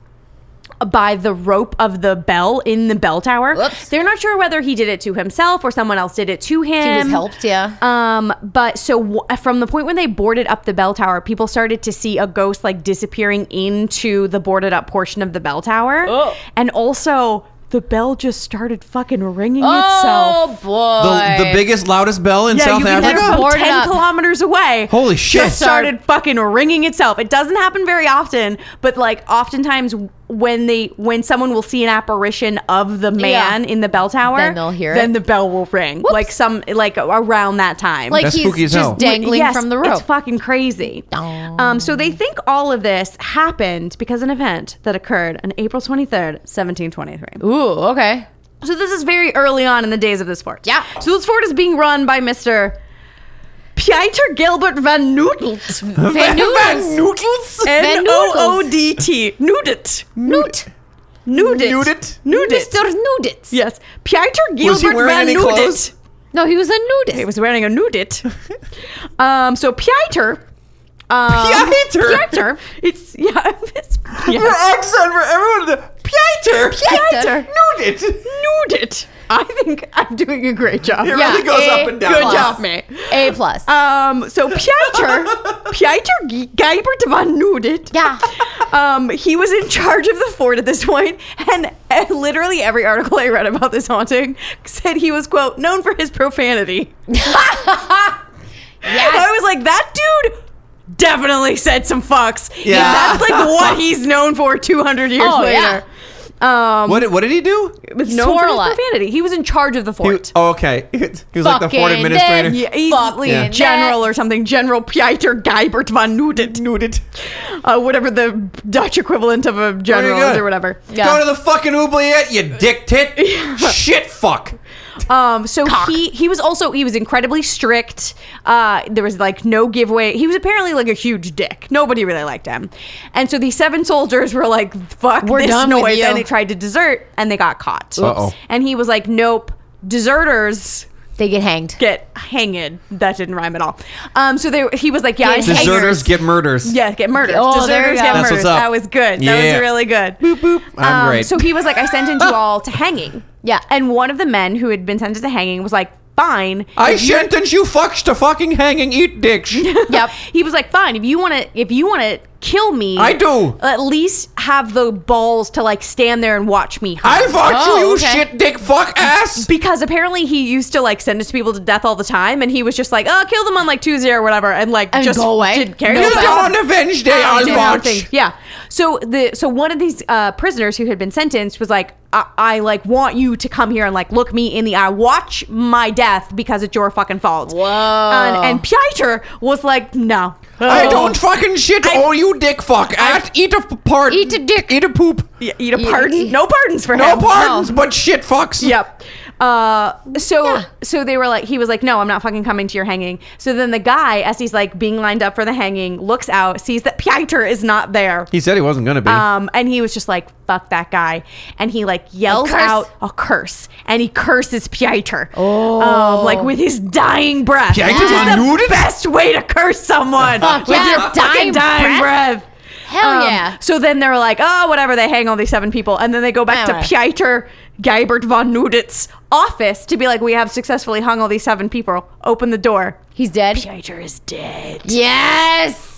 Speaker 4: by the rope of the bell in the bell tower.
Speaker 2: Whoops.
Speaker 4: They're not sure whether he did it to himself or someone else did it to him.
Speaker 2: He was helped, yeah.
Speaker 4: Um, but so w- from the point when they boarded up the bell tower, people started to see a ghost like disappearing into the boarded up portion of the bell tower,
Speaker 2: Oh.
Speaker 4: and also the bell just started fucking ringing
Speaker 2: Oh
Speaker 4: itself.
Speaker 2: boy.
Speaker 3: the, the biggest, loudest bell in South
Speaker 4: you can hear it
Speaker 3: Africa.
Speaker 4: from
Speaker 2: Boarded
Speaker 4: ten
Speaker 2: up.
Speaker 4: kilometers away.
Speaker 3: Holy shit.
Speaker 4: Just started fucking ringing itself. It doesn't happen very often, but like oftentimes when they when someone will see an apparition of the man
Speaker 2: Yeah.
Speaker 4: in the bell tower,
Speaker 2: Then they'll hear
Speaker 4: Then
Speaker 2: it.
Speaker 4: the bell will ring. Like some like around that time.
Speaker 2: like
Speaker 3: That's
Speaker 2: he's
Speaker 3: spooky as
Speaker 2: just
Speaker 3: hell.
Speaker 2: dangling
Speaker 4: Yes,
Speaker 2: from the rope.
Speaker 4: It's fucking crazy. Um, so they think all of this happened because an event that occurred on April 23rd, 1723.
Speaker 2: Ooh, okay.
Speaker 4: So this is very early on in the days of this fort.
Speaker 2: Yeah.
Speaker 4: So this fort is being run by Mr. Pieter Gilbert van Noodelt.
Speaker 2: Van Noodles.
Speaker 3: noodles?
Speaker 2: Van
Speaker 4: N O O D T. Noodit.
Speaker 2: Noot.
Speaker 4: Noodit.
Speaker 3: Noodit?
Speaker 4: Noodit.
Speaker 2: Mr. Nudits.
Speaker 4: Yes. Pieter Gilbert
Speaker 3: wearing
Speaker 4: van
Speaker 3: any
Speaker 4: Noodit.
Speaker 3: clothes?
Speaker 2: No, he was a nudist.
Speaker 4: He was wearing a nudit. um, so Pieter. Um,
Speaker 3: Pieter?
Speaker 4: Pieter. It's, yeah. It's,
Speaker 3: Your
Speaker 4: yeah.
Speaker 3: accent for everyone. to- Pieter.
Speaker 2: Pieter.
Speaker 3: Nooded.
Speaker 4: Nudit. I think I'm doing a great job.
Speaker 3: It really goes up and down.
Speaker 4: eh, Good job. stop me.
Speaker 2: A plus.
Speaker 4: Um, so Pieter, Pieter G- Geibert van Nudet.
Speaker 2: Yeah.
Speaker 4: Um, he was in charge of the fort at this point, and uh, literally every article I read about this haunting said he was quote known for his profanity. I was like, that dude definitely said some fucks. Yeah,
Speaker 3: Yeah.
Speaker 4: that's like what he's known for 200 years
Speaker 2: Oh, yeah.
Speaker 4: later. Um,
Speaker 3: What, did- what did he do?
Speaker 4: was known
Speaker 2: swore
Speaker 4: for
Speaker 2: a
Speaker 4: his
Speaker 2: lot.
Speaker 4: profanity. He was in charge of the
Speaker 3: He-
Speaker 4: fort.
Speaker 3: oh, okay. He was like the fort
Speaker 2: Fucking
Speaker 3: administrator.
Speaker 2: this.
Speaker 4: Yeah, he's
Speaker 2: Fucking
Speaker 4: yeah. general or something. General Pieter Geibert van Nudet. Nudet. Uh, whatever the Dutch equivalent of a general
Speaker 3: good.
Speaker 4: is or whatever.
Speaker 3: Go to the fucking oubliette, you dick tit. Shit fuck.
Speaker 4: Um, so he he was also he was incredibly strict. Uh, there was like no giveaway. He was apparently like a huge dick. Nobody really liked him. And so these seven soldiers were like, "Fuck
Speaker 2: We're
Speaker 4: this
Speaker 2: done with
Speaker 4: noise,"
Speaker 2: you.
Speaker 4: and they tried to desert, and they got caught.
Speaker 3: Uh-oh.
Speaker 4: And he was like, "Nope, deserters."
Speaker 2: they get hanged.
Speaker 4: Get hanged. That didn't rhyme at all. Um, so they, he was like, yeah, I
Speaker 2: Get
Speaker 4: hate
Speaker 3: Deserters get murders.
Speaker 4: Yeah, get murdered.
Speaker 2: Oh,
Speaker 4: Deserters
Speaker 2: there you go.
Speaker 4: get
Speaker 2: That's
Speaker 3: what's
Speaker 4: murdered.
Speaker 3: up.
Speaker 4: That was good. That
Speaker 3: Yeah.
Speaker 4: was really good. Um,
Speaker 3: Boop, boop. I'm great.
Speaker 4: So he was like, I sentenced you all to hanging.
Speaker 2: Yeah.
Speaker 4: And one of the men who had been sentenced to hanging was like, fine.
Speaker 3: I
Speaker 4: If you-
Speaker 3: sentence you fucks to fucking hanging eat dicks.
Speaker 2: Yep.
Speaker 4: He was like, fine. If you want to, if you want to kill me,
Speaker 3: I do.
Speaker 4: At least have the balls to like stand there and watch me. hang.
Speaker 3: I fuck
Speaker 2: Oh,
Speaker 3: you, you
Speaker 2: okay.
Speaker 3: shit dick fuck ass.
Speaker 4: because apparently he used to like sentence people to death all the time, and he was just like, "Oh, kill them on like Tuesday or whatever," and like
Speaker 2: And
Speaker 4: just
Speaker 2: go away.
Speaker 4: didn't care.
Speaker 2: No
Speaker 3: You
Speaker 4: Just
Speaker 2: offense.
Speaker 3: do on Revenge Day,
Speaker 4: I
Speaker 3: I'll
Speaker 4: did
Speaker 3: watch.
Speaker 4: nothing. Yeah. So the so one of these uh, prisoners who had been sentenced was like, I, I like want you to come here and like look me in the eye, watch my death because it's your fucking fault.
Speaker 2: Whoa.
Speaker 4: And, and Pieter was like, no.
Speaker 3: I don't fucking shit Oh, you dick fuck ass. Eat a f- part.
Speaker 2: Eat a dick.
Speaker 3: Eat a poop.
Speaker 4: Y- Eat a
Speaker 2: You-
Speaker 4: pardon? No pardons for
Speaker 3: No
Speaker 4: him.
Speaker 3: pardons, but shit fucks.
Speaker 4: Yep. Uh, so
Speaker 2: Yeah.
Speaker 4: so they were like, he was like, no, I'm not fucking coming to your hanging. So then the guy, as he's like being lined up for the hanging, looks out, sees that Pieter is not there.
Speaker 3: He said he wasn't gonna be.
Speaker 4: Um, and he was just like, fuck that guy. And he like yells
Speaker 2: curse?
Speaker 4: out a curse and he curses Pieter. Oh. Um, like with his dying breath.
Speaker 3: Pieter
Speaker 4: which is
Speaker 3: van
Speaker 4: the
Speaker 3: Noorden?
Speaker 4: best way to curse someone.
Speaker 2: Fuck
Speaker 4: with
Speaker 2: yeah,
Speaker 4: your fucking
Speaker 2: dying
Speaker 4: dying breath.
Speaker 2: breath? Hell
Speaker 4: Um,
Speaker 2: yeah.
Speaker 4: So then they're like, oh, whatever. They hang all these seven people. And then they go back
Speaker 2: Alright.
Speaker 4: to Pieter Geibert von Nudit's office to be like, we have successfully hung all these seven people. Open the door.
Speaker 2: He's dead.
Speaker 4: Pieter is dead.
Speaker 2: Yes.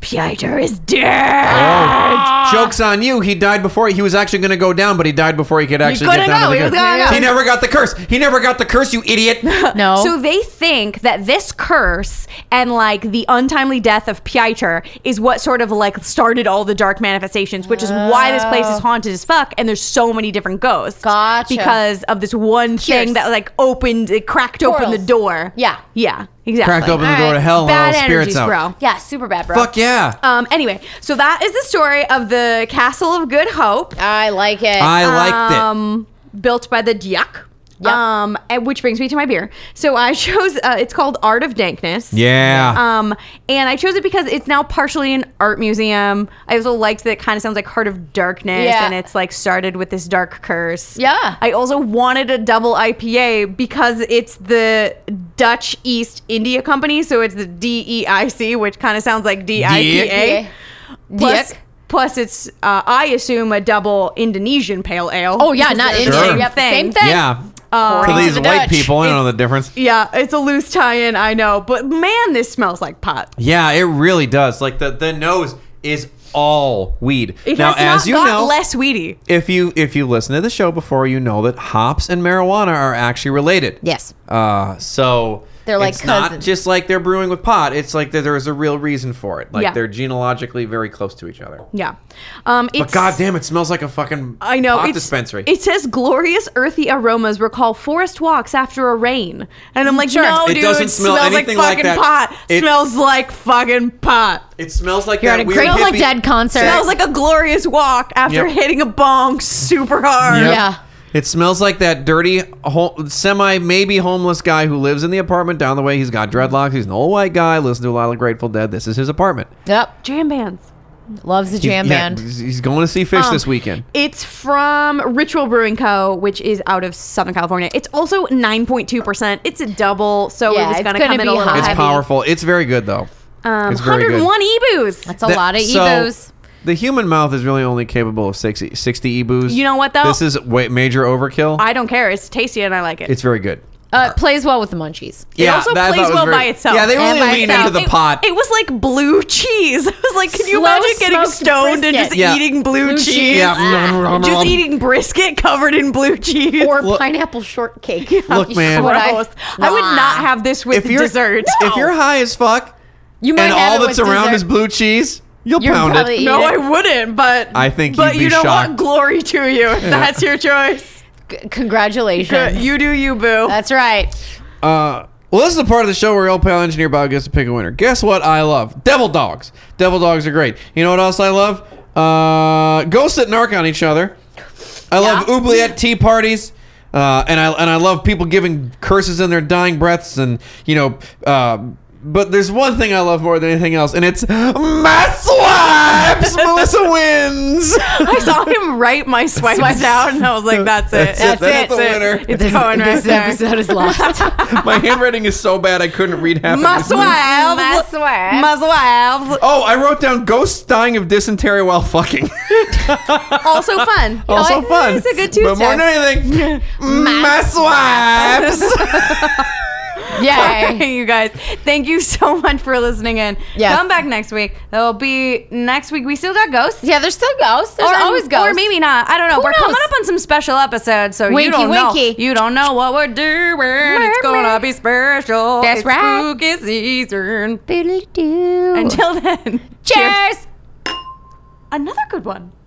Speaker 4: Pieter is dead.
Speaker 3: Oh, Joke's on you. He died before he was actually going to go down, but he died before he could actually
Speaker 4: couldn't
Speaker 3: get
Speaker 4: go.
Speaker 3: down. to the
Speaker 4: He was
Speaker 3: ground.
Speaker 4: gonna go.
Speaker 3: He never got the curse. He never got the curse, you idiot.
Speaker 2: No.
Speaker 4: So they think that this curse and like the untimely death of Pieter is what sort of like started all the dark manifestations, which is why this place is haunted as fuck and there's so many different ghosts.
Speaker 2: Oh. Gotcha.
Speaker 4: Because of this one thing
Speaker 2: Cures.
Speaker 4: that like opened, it cracked open
Speaker 2: Portals.
Speaker 4: the door.
Speaker 2: Yeah.
Speaker 4: Yeah, exactly.
Speaker 3: Cracked open the
Speaker 2: All
Speaker 3: door to
Speaker 2: right.
Speaker 3: hell and all
Speaker 4: Bad
Speaker 3: the spirits
Speaker 4: energies,
Speaker 3: out.
Speaker 4: bro.
Speaker 2: yeah, super bad, bro.
Speaker 3: Fuck yeah.
Speaker 4: Um, anyway, so that is the story of the Castle of Good Hope.
Speaker 2: I like it.
Speaker 3: I liked it.
Speaker 4: um, built by the Diak.
Speaker 2: Yep.
Speaker 4: Um, and which brings me to my beer. So I chose uh, it's called Art of Dankness.
Speaker 3: yeah.
Speaker 4: Um, and I chose it because it's now partially an art museum. I also liked that it kind of sounds like Heart of Darkness,
Speaker 2: Yeah.
Speaker 4: and it's like started with this dark curse.
Speaker 2: Yeah.
Speaker 4: I also wanted a double IPA because it's the Dutch East India Company, so it's the DEIC, which kind of sounds like
Speaker 3: E
Speaker 4: DIPA.
Speaker 2: Dick.
Speaker 4: Plus,
Speaker 2: Dick.
Speaker 4: plus, it's uh, I assume a double Indonesian pale ale.
Speaker 2: Oh yeah,
Speaker 4: because
Speaker 2: not
Speaker 4: they're
Speaker 2: Indian.
Speaker 4: the
Speaker 3: Sure.
Speaker 4: same
Speaker 2: Yep,
Speaker 4: thing.
Speaker 2: Same thing.
Speaker 3: yeah.
Speaker 4: Uh,
Speaker 2: According
Speaker 3: to
Speaker 2: to
Speaker 3: these
Speaker 2: the
Speaker 3: white
Speaker 2: Dutch.
Speaker 3: people, I don't know the difference.
Speaker 4: Yeah, it's a loose tie-in, I know, but man, this smells like pot.
Speaker 3: Yeah, it really does. Like the the nose is all weed.
Speaker 4: It
Speaker 3: now,
Speaker 4: has not
Speaker 3: as you
Speaker 4: got
Speaker 3: know,
Speaker 4: less weedy.
Speaker 3: if you if you listen to the show before, you know that hops and marijuana are actually related.
Speaker 2: Yes.
Speaker 3: Uh, so
Speaker 2: They're like
Speaker 3: it's not
Speaker 2: cousins.
Speaker 3: just like they're brewing with pot. It's like there- there is a real reason for it. Like
Speaker 4: Yeah.
Speaker 3: they're genealogically very close to each other.
Speaker 4: Yeah. Um, it's,
Speaker 3: But goddamn, it smells like a fucking
Speaker 4: I know.
Speaker 3: pot
Speaker 4: it's,
Speaker 3: dispensary.
Speaker 4: It says glorious earthy aromas recall forest walks after a rain. And I'm like, no,
Speaker 3: Mm, It
Speaker 4: dude,
Speaker 3: doesn't smell
Speaker 4: smells
Speaker 3: anything
Speaker 4: like
Speaker 3: like
Speaker 4: fucking
Speaker 3: that.
Speaker 4: pot.
Speaker 3: It-
Speaker 4: smells like fucking pot.
Speaker 3: It smells like
Speaker 2: You're
Speaker 3: that
Speaker 2: at a
Speaker 3: weird
Speaker 2: great smells like
Speaker 3: hippie-
Speaker 2: dead concert.
Speaker 4: Smells like a glorious walk after
Speaker 3: Eh. Yep.
Speaker 4: hitting a bong super hard.
Speaker 3: Yep.
Speaker 2: Yeah.
Speaker 3: It smells like that dirty, ho- semi maybe homeless guy who lives in the apartment down the way. He's got dreadlocks. He's an old white guy. Listen to a lot of Grateful Dead. This is his apartment.
Speaker 2: Yep.
Speaker 4: Jam bands.
Speaker 2: Loves the jam
Speaker 3: He- yeah,
Speaker 2: band. Um,
Speaker 3: he's- he's going to see Fish this weekend.
Speaker 4: It's from Ritual Brewing Co., which is out of Southern California. It's also 9.2%. It's a double, so
Speaker 2: Yeah,
Speaker 4: it was
Speaker 2: it's
Speaker 4: going to
Speaker 2: gonna
Speaker 4: come in
Speaker 2: be
Speaker 4: a little
Speaker 2: high.
Speaker 3: It's
Speaker 4: heavy.
Speaker 3: powerful. It's very good though.
Speaker 4: Um,
Speaker 3: It's very good.
Speaker 4: 101 EBUs.
Speaker 2: That's a
Speaker 3: That-
Speaker 2: lot of
Speaker 3: so,
Speaker 2: evos.
Speaker 3: The human mouth is really only capable of 60, 60 ebus.
Speaker 4: You know what, though?
Speaker 3: This is wa- major overkill.
Speaker 4: I don't care. It's tasty and I like it.
Speaker 3: it's very good.
Speaker 2: Uh, it plays well with the munchies.
Speaker 4: It also
Speaker 3: that I
Speaker 4: plays
Speaker 3: thought was
Speaker 4: well
Speaker 3: very-
Speaker 4: by itself.
Speaker 3: Yeah, they
Speaker 2: And
Speaker 3: really
Speaker 2: by
Speaker 3: lean
Speaker 2: itself.
Speaker 3: into the
Speaker 4: it,
Speaker 3: pot.
Speaker 4: It was like blue cheese. I was like, can you
Speaker 2: Slow
Speaker 4: imagine getting
Speaker 2: smoked
Speaker 4: stoned and just
Speaker 2: brisket.
Speaker 3: Yeah.
Speaker 4: eating blue,
Speaker 2: Blue
Speaker 4: cheese?
Speaker 2: cheese.
Speaker 3: yeah,
Speaker 4: Just eating brisket covered in blue cheese.
Speaker 2: Or
Speaker 3: Look-
Speaker 2: pineapple shortcake.
Speaker 3: Look, man.
Speaker 2: What I-
Speaker 4: I, I would
Speaker 2: Nah.
Speaker 4: not have this with
Speaker 3: if you're
Speaker 4: dessert.
Speaker 3: if you're high as fuck
Speaker 2: You might
Speaker 3: and
Speaker 2: have
Speaker 3: all
Speaker 2: it
Speaker 3: that's
Speaker 2: with
Speaker 3: around
Speaker 2: dessert.
Speaker 3: is blue cheese, you'll
Speaker 2: You're
Speaker 3: pound
Speaker 2: probably
Speaker 3: it.
Speaker 4: no,
Speaker 2: eat
Speaker 4: I
Speaker 2: it.
Speaker 4: wouldn't. But
Speaker 3: I think
Speaker 4: But
Speaker 3: you'd be
Speaker 4: you know
Speaker 3: shocked.
Speaker 4: what? Glory to you. If That's your choice.
Speaker 2: C- Congratulations.
Speaker 4: Good. You do you, boo.
Speaker 2: That's right.
Speaker 3: Uh, well, this is the part of the show where El Pal Engineer Bob gets to pick a winner. Guess what? I love devil dogs. Devil dogs are great. You know what else I love? Uh, ghosts that narc on each other. I love oubliette tea parties. Uh, and I and I love people giving curses in their dying breaths, and you know. Uh, but there's one thing I love more than anything else, and it's my swipes. Melissa wins.
Speaker 4: I saw him write my swipes out, and I was like, "That's it.
Speaker 3: That's it. That's the winner.
Speaker 4: It's going right
Speaker 2: this
Speaker 4: there."
Speaker 2: episode is lost.
Speaker 3: My handwriting is so bad I couldn't read half. of
Speaker 4: My
Speaker 3: this.
Speaker 4: swipes. My
Speaker 2: My swipes.
Speaker 4: My swipes.
Speaker 3: Oh, I wrote down ghosts dying of dysentery while fucking.
Speaker 4: Also fun.
Speaker 3: also
Speaker 4: Like,
Speaker 3: Oh, fun.
Speaker 4: Oh, It's a good
Speaker 3: But more
Speaker 4: Tuesday.
Speaker 3: than anything, my swipes.
Speaker 2: Yay.
Speaker 4: you guys, thank you so much for listening in.
Speaker 2: Yes.
Speaker 4: Come back next week. There will be next week. We still got ghosts.
Speaker 2: Yeah, there's still ghosts. There's always ghosts.
Speaker 4: Or maybe not. I don't know.
Speaker 2: Who
Speaker 4: we're coming
Speaker 2: knows?
Speaker 4: up on some special episodes, so
Speaker 2: Winky,
Speaker 4: you don't know.
Speaker 2: winky.
Speaker 4: You don't know what we're doing. it's gonna be special.
Speaker 2: That's
Speaker 4: it's
Speaker 2: right.
Speaker 4: Spooky season.
Speaker 2: Doodle-doo.
Speaker 4: Until then,
Speaker 2: Cheers.
Speaker 4: Another good one.